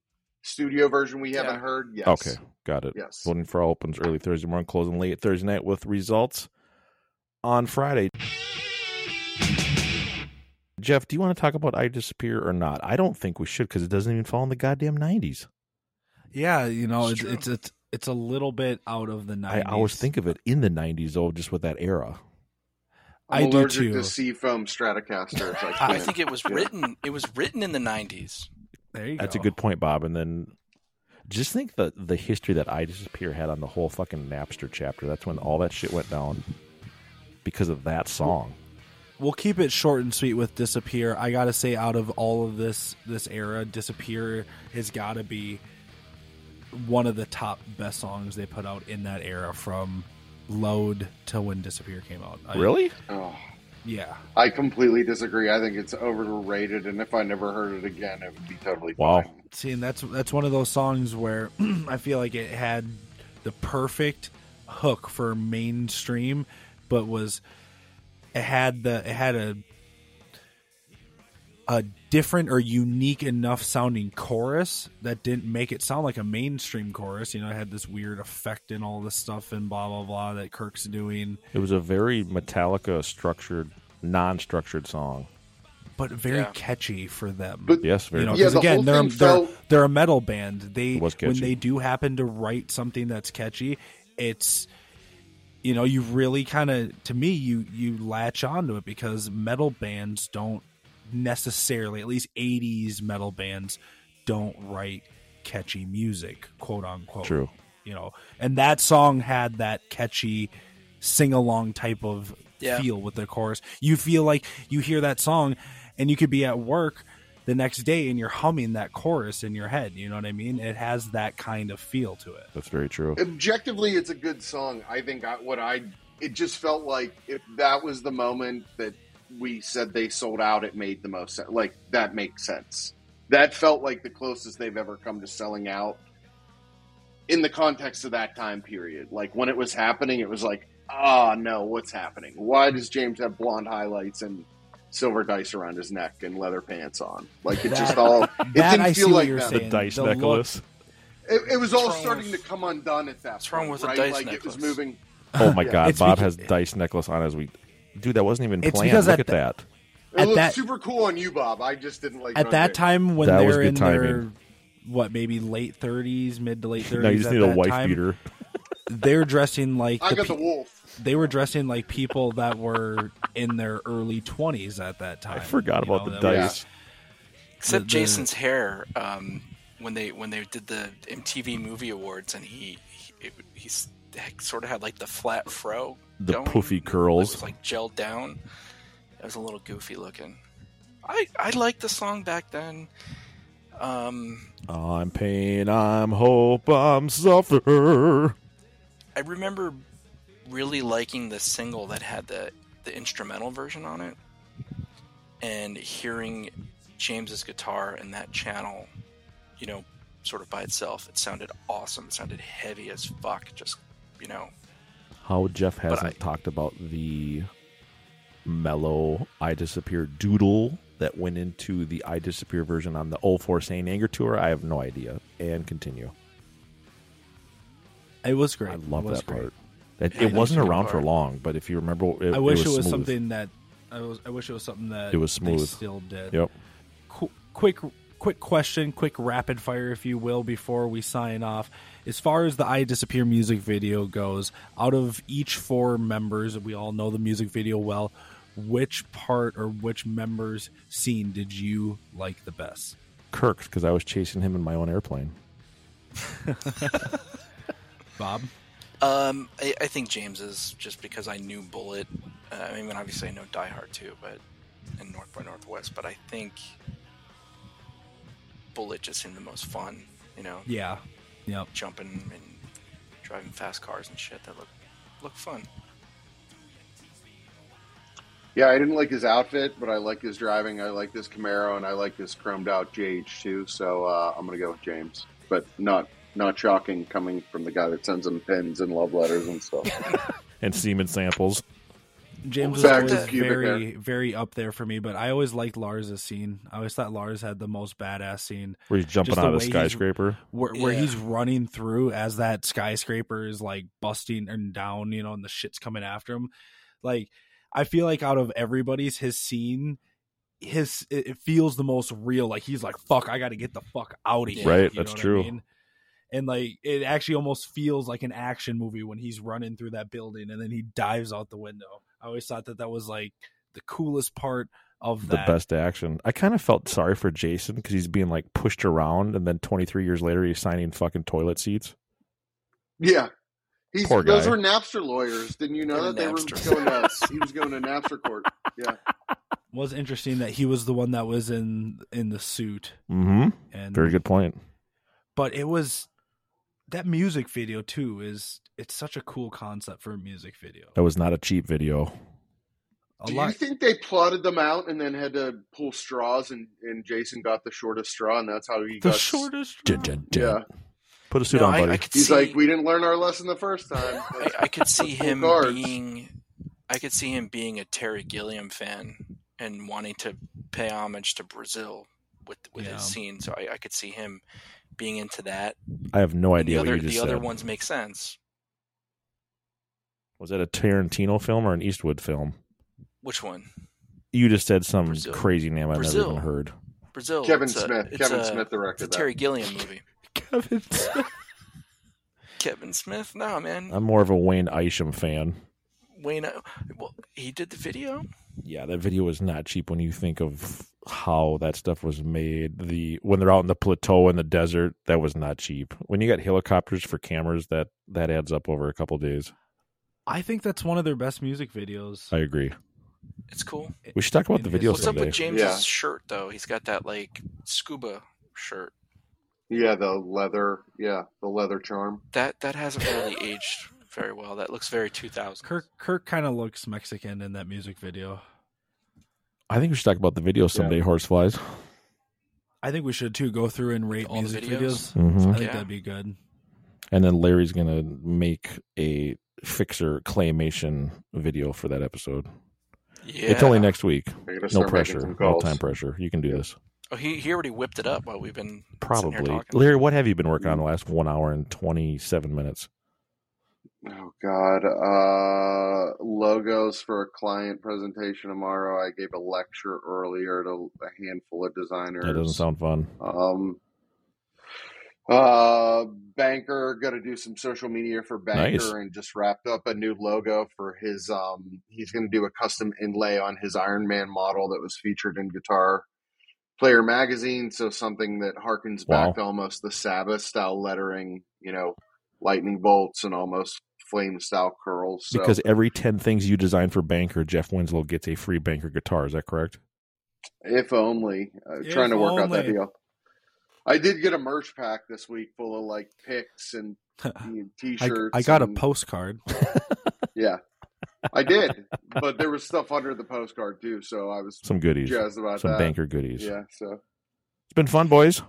S13: studio version we haven't heard? Yes.
S11: okay, got it.
S13: Yes.
S11: voting for all opens early Thursday morning, closing late Thursday night with results on Friday. Jeff, do you want to talk about I Disappear or not? I don't think we should because it doesn't even fall in the goddamn nineties.
S12: Yeah, you know, it's it's, it's it's a little bit out of the
S11: I
S12: night.
S11: always think of it in the '90s, though, just with that era.
S13: I'm
S12: I do
S13: allergic
S12: too.
S13: to seafoam Stratocaster. if
S6: Ah, I
S13: can.
S6: think it was
S13: Yeah.
S6: written. It was written in the nineties.
S12: There you
S11: That's a good point, Bob. And then just think the the history that I Disappear had on the whole fucking Napster chapter. That's when all that shit went down because of that song.
S12: We'll keep it short and sweet with disappear. I gotta say, out of all of this this era, disappear has got to be one of the top best songs they put out in that era, from load to when disappear came out. I-
S13: Oh,
S12: yeah.
S13: I completely disagree. I think it's overrated, and if I never heard it again, it would be totally
S11: Wow.
S12: See, and that's that's one of those songs where I feel like it had the perfect hook for mainstream, but was it had the it had a a different or unique enough sounding chorus that didn't make it sound like a mainstream chorus. You know, it had this weird effect and all this stuff and blah blah blah that Kirk's doing,
S11: It was a very Metallica structured, non-structured song.
S12: but very catchy for them.
S11: yes, very.
S12: you know,
S11: much.
S12: because again, they're, they're, they're a metal band. They
S11: It was
S12: when
S11: catchy.
S12: they do happen to write something that's catchy, it's you know you really kind of to me you you latch onto it because metal bands don't necessarily at least '80s metal bands don't write catchy music, quote unquote.
S11: True.
S12: You know, and that song had that catchy sing along type of
S6: Yeah.
S12: feel with the chorus. You feel like you hear that song and you could be at work the next day and you're humming that chorus in your head. You know what I mean? It has that kind of feel to it.
S11: That's very true.
S13: Objectively, it's a good song. I think I, what I it just felt like if that was the moment that we said they sold out, it made the most sense. Like that makes sense. That felt like the closest they've ever come to selling out in the context of that time period. Like when it was happening, it was like, ah, no, what's happening? Why does James have blonde highlights and silver dice around his neck and leather pants on? Like it just
S12: That-
S13: all it
S12: that
S13: didn't
S12: I
S13: feel
S12: see what
S13: like
S12: you're
S13: that.
S12: saying. The dice The look- necklace.
S13: It, it was all
S12: What's wrong
S13: starting to come undone at that point.
S6: wrong with the
S13: right?
S6: dice
S13: like it was
S6: necklace?
S13: moving.
S11: Oh my
S13: Yeah.
S11: God,
S12: It's
S11: Bob
S12: becau-
S11: has dice necklace on as we. Dude, that wasn't even
S12: It's
S11: planned.
S12: because
S11: Look
S12: at
S11: at
S12: the-
S11: that.
S13: It
S12: At
S13: looked
S12: that-
S13: super cool on you, Bob. I just didn't like it
S12: At
S13: on
S12: that
S13: you.
S12: time when
S11: That was
S12: they're
S11: good
S12: in their
S11: timing.
S12: what, maybe late thirties, mid to late thirties.
S11: No, you just need a wife beater.
S12: they're dressing like
S13: I got the
S12: pe-
S13: wolf.
S12: They were dressing like people that were in their early twenties at that time.
S11: I forgot
S12: you
S11: about
S12: know,
S11: the
S12: that was-
S11: dice.
S6: Except
S12: The- the-
S6: Jason's hair um, when they when they did the MTV Movie Awards, and he he, it, he sort of had like the flat fro,
S11: The
S6: going.
S11: poofy
S6: It was
S11: curls.
S6: like gelled down. It was a little goofy looking. I I liked the song back then. Um,
S11: I'm pain, I'm hope, I'm suffer.
S6: I remember really liking the single that had the the instrumental version on it, and hearing James's guitar in that channel, you know, sort of by itself. It sounded awesome. It sounded heavy as fuck. Just you know,
S11: How Jeff hasn't talked about the mellow I Disappear doodle that went into the I Disappear oh version on the 04 Saint Anger tour, I have no idea. And continue.
S12: It was great. I
S11: love
S12: It was
S11: that
S12: great.
S11: part. That,
S12: Yeah,
S11: it
S12: that
S11: wasn't
S12: was a good
S11: around for
S12: part.
S11: long, but if you remember, it,
S12: I wish
S11: it was, smooth.
S12: something that I was. I wish it was something that
S11: It was
S12: They
S11: smooth.
S12: still did.
S11: Yep.
S12: Qu- quick, quick question, quick rapid fire, if you will, before we sign off. As far as the "I Disappear" music video goes, out of each four members, we all know the music video well. Which part or which member's scene did you like the best?
S11: Kirk, because I was chasing him in my own airplane.
S12: Bob.
S6: Um, I, I think James is just because I knew Bullet. Uh, I mean, obviously I know Die Hard too, but and North by Northwest, but I think Bullet just seemed the most fun. You know?
S12: Yeah. Yep.
S6: Jumping and driving fast cars and shit that look look fun.
S13: Yeah, I didn't like his outfit, but I like his driving. I like this Camaro, and I like this chromed out JH too. So uh, I'm gonna go with James, but not not shocking coming from the guy that sends him pins and love letters and stuff.
S11: And semen samples.
S12: James is
S13: Back to
S12: always
S13: pubic
S12: very, very up there for me, but I always liked Lars's scene. I always thought Lars had the most badass scene,
S11: Where he's jumping
S12: Just the
S11: out of
S12: way
S11: the
S12: he's-
S11: skyscraper.
S12: where, where
S11: Yeah.
S12: he's running through as that skyscraper is like busting and down, you know, and the shit's coming after him. Like, I feel like out of everybody's, his scene, his it it feels the most real. Like he's like, "Fuck, I got to get the fuck out of here."
S11: Right,
S12: You know
S11: that's
S12: what I
S11: true.
S12: mean? and like it actually almost feels like an action movie when he's running through that building and then he dives out the window. I always thought that that was like the coolest part of
S11: The
S12: that.
S11: best action. I kind of felt sorry for Jason because he's being like pushed around, and then 23 years later, he's signing fucking toilet seats.
S13: Yeah. He's,
S11: Poor
S13: Those
S11: guy.
S13: were Napster lawyers. Didn't you know that they were going to? He was going to Napster court. Yeah,
S12: Was interesting that he was the one that was in in the suit,
S11: Mm-hmm.
S12: And-
S11: Very good point.
S12: but it was that music video too. Is it's such a cool concept for a music video.
S11: That was not a cheap video.
S13: Do you think they plotted them out and then had to pull straws, and, and Jason got the shortest straw, and that's how he got
S12: shortest.
S11: Dun, dun, dun.
S13: Yeah.
S11: Put a suit
S6: No,
S11: on,
S6: I-
S11: buddy.
S6: I could
S13: He's
S6: see-
S13: like, we didn't learn our lesson the first time.
S6: I, I could see
S13: Pull
S6: him
S13: guards.
S6: being, I could see him being a Terry Gilliam fan and wanting to pay homage to Brazil with with
S12: Yeah.
S6: his scene. So I, I could see him being into that.
S11: I have no
S6: And the
S11: idea what
S6: other
S11: you just
S6: the
S11: said.
S6: other ones make sense.
S11: Was that a Tarantino film or an Eastwood film?
S6: Which one?
S11: You just said some crazy name I've
S6: Brazil.
S11: never even heard.
S6: Brazil.
S13: Kevin
S6: It's a-
S13: Smith.
S6: it's
S13: Kevin
S6: a-
S13: Smith directed
S6: It's
S13: that.
S6: a Terry Gilliam movie.
S12: Kevin Smith.
S6: Kevin Smith. No man.
S11: I'm more of a Wayne Isham fan.
S6: Wayne. uh, Well, he did the video.
S11: Yeah, that video was not cheap when you think of how that stuff was made. The when they're out in the plateau in the desert, that was not cheap. When you got helicopters for cameras, that that adds up over a couple days.
S12: I think that's one of their best music videos.
S11: I agree.
S6: It's cool.
S11: We should talk about the video
S6: What's up
S11: someday.
S6: with James's shirt though? He's got that like scuba shirt.
S13: Yeah, the leather. Yeah, the leather charm.
S6: That that hasn't really aged very well. That looks very 2000.
S12: Kirk Kirk kind of looks Mexican in that music video.
S11: I think we should talk about the video someday. Horseflies.
S12: I think we should too go through and rate
S6: All the
S12: music videos.
S6: videos?
S11: Mhm.
S12: I think
S6: Yeah.
S12: that'd be good.
S11: And then Larry's gonna make a fixer claymation video for that episode. It's only
S6: Yeah.
S11: next week.
S6: I gotta
S11: No
S6: start making
S11: pressure.
S6: some
S11: No
S6: calls.
S11: time pressure. You can do this.
S6: Oh, he he already whipped it up while we've been sitting here
S11: Probably.
S6: talking.
S11: Larry, what have you been working on the last one hour and twenty seven minutes?
S13: Oh God. Uh, logos for a client presentation tomorrow. I gave a lecture earlier to a handful of designers.
S11: That doesn't sound fun.
S13: Um, uh, Banker got to do some social media for Banker
S11: Nice.
S13: and just wrapped up a new logo for his. Um, he's going to do a custom inlay on his Iron Man model that was featured in Guitar Player magazine. So something that harkens
S11: Wow.
S13: back to almost the Sabbath style lettering, you know, lightning bolts and almost flame style curls. So
S11: Because every ten things you design for Banker, Jeff Winslow gets a free Banker guitar. Is that correct?
S13: If only. Uh,
S12: If
S13: trying to work out that
S12: only.
S13: deal. I did get a merch pack this week full of like picks and and
S12: I,
S13: t-shirts.
S12: I got a
S13: and-
S12: postcard.
S13: Yeah, I did, but there was stuff under the postcard too, so I was
S11: Some goodies.
S13: jazzed about
S11: Some
S13: that.
S11: banker goodies.
S13: Yeah, so
S11: It's been fun, boys.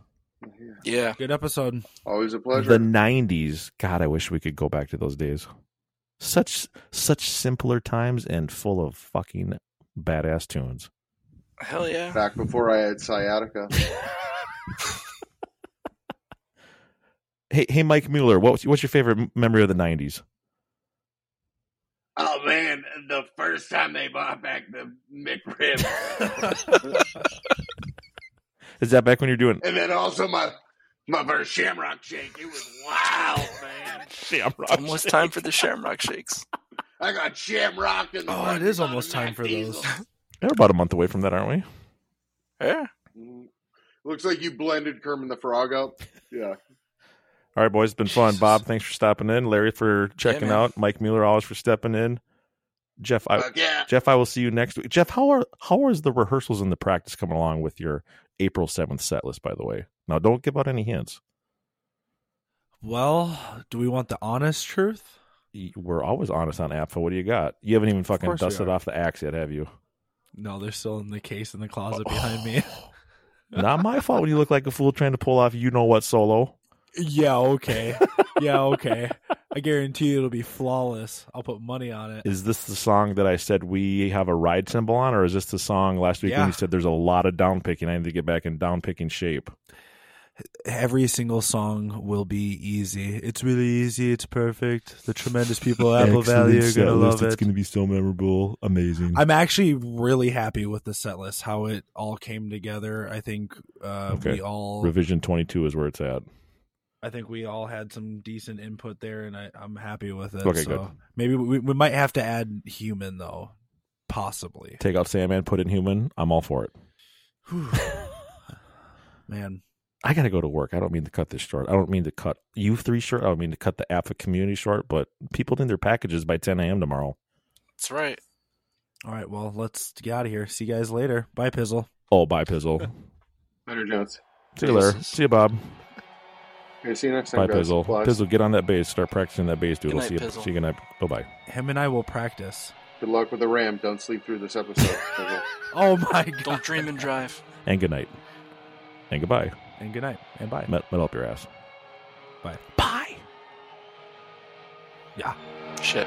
S6: Yeah.
S12: Good episode.
S13: Always a pleasure.
S11: The nineties. God, I wish we could go back to those days. Such such simpler times and full of fucking badass tunes.
S6: Hell yeah.
S13: Back before I had sciatica.
S11: Hey, hey, Mike Mueller, what's what's your favorite m- memory of the '90s?
S16: Oh man, the first time they bought back the McRib,
S11: Is that back when you're doing
S16: and then also my my first Shamrock Shake. It was wild, man.
S11: Shamrock.
S6: It's almost time for the Shamrock Shakes.
S16: I got Shamrocked in the
S12: Oh, it is almost time for those.
S11: We're about a month away from that, aren't we?
S6: Yeah.
S13: Mm-hmm. Looks like you blended Kermit the Frog up. Yeah.
S11: All right, boys, it's been fun. Bob, thanks for stopping in. Larry for checking
S13: man.
S11: out. Mike Mueller, always for stepping in. Jeff, I,
S16: Fuck yeah.
S11: Jeff, I will see you next week. Jeff, how are how is the rehearsals and the practice coming along with your April seventh set list? By the way, now don't give out any hints.
S12: Well, do we want the honest truth?
S11: Y- We're always honest on APFA. What do you got? You haven't even fucking
S12: course we
S11: dusted
S12: are.
S11: off the axe yet, have you?
S12: No, they're still in the case in the closet behind me.
S11: Not my fault when you look like a fool trying to pull off you know what solo.
S12: yeah, okay. Yeah, okay. I guarantee you it'll be flawless. I'll put money on it.
S11: Is this the song that I said we have a ride symbol on, or is this the song last week
S12: Yeah.
S11: when you said there's a lot of down picking? I need to get back in down picking shape.
S12: Every single song will be easy. It's really easy. It's perfect. The tremendous people at Apple Valley are going to love it.
S11: to be so memorable, amazing.
S12: I'm actually really happy with the set list, how it all came together. I think uh, we all
S11: revision 22 is where it's at.
S12: I think we all had some decent input there, and I, I'm happy with it.
S11: Okay,
S12: so
S11: good.
S12: Maybe we, we might have to add human though, possibly.
S11: Take out Sandman, put in human. I'm all for it.
S12: Whew. Man,
S11: I gotta go to work. I don't mean to cut this short. I don't mean to cut you three short. I don't mean to cut the APFA community short. But people need their packages by 10 a.m. tomorrow.
S6: That's right.
S12: all right. Well, let's get out of here. See you guys later. Bye, Pizzle.
S11: Oh, bye, Pizzle.
S13: Leonard Jones.
S11: See you later. See you, Bob.
S13: Okay, see you next
S11: Bye,
S13: time. guys.
S11: Pizzle.
S13: Plus.
S11: Pizzle, get on that base. Start practicing that base, dude.
S13: Good
S11: I'll
S13: night,
S11: see you.
S13: Pizzle.
S11: See you. Good night. Bye bye.
S12: Him and I will practice.
S13: Good luck with the Ram. Don't sleep through this episode. Pizzle.
S12: Oh my god.
S6: Don't dream and drive.
S11: And good night. And goodbye.
S12: And good night. And bye.
S11: Met, met up your ass.
S12: Bye.
S11: Bye.
S12: Yeah.
S6: Shit.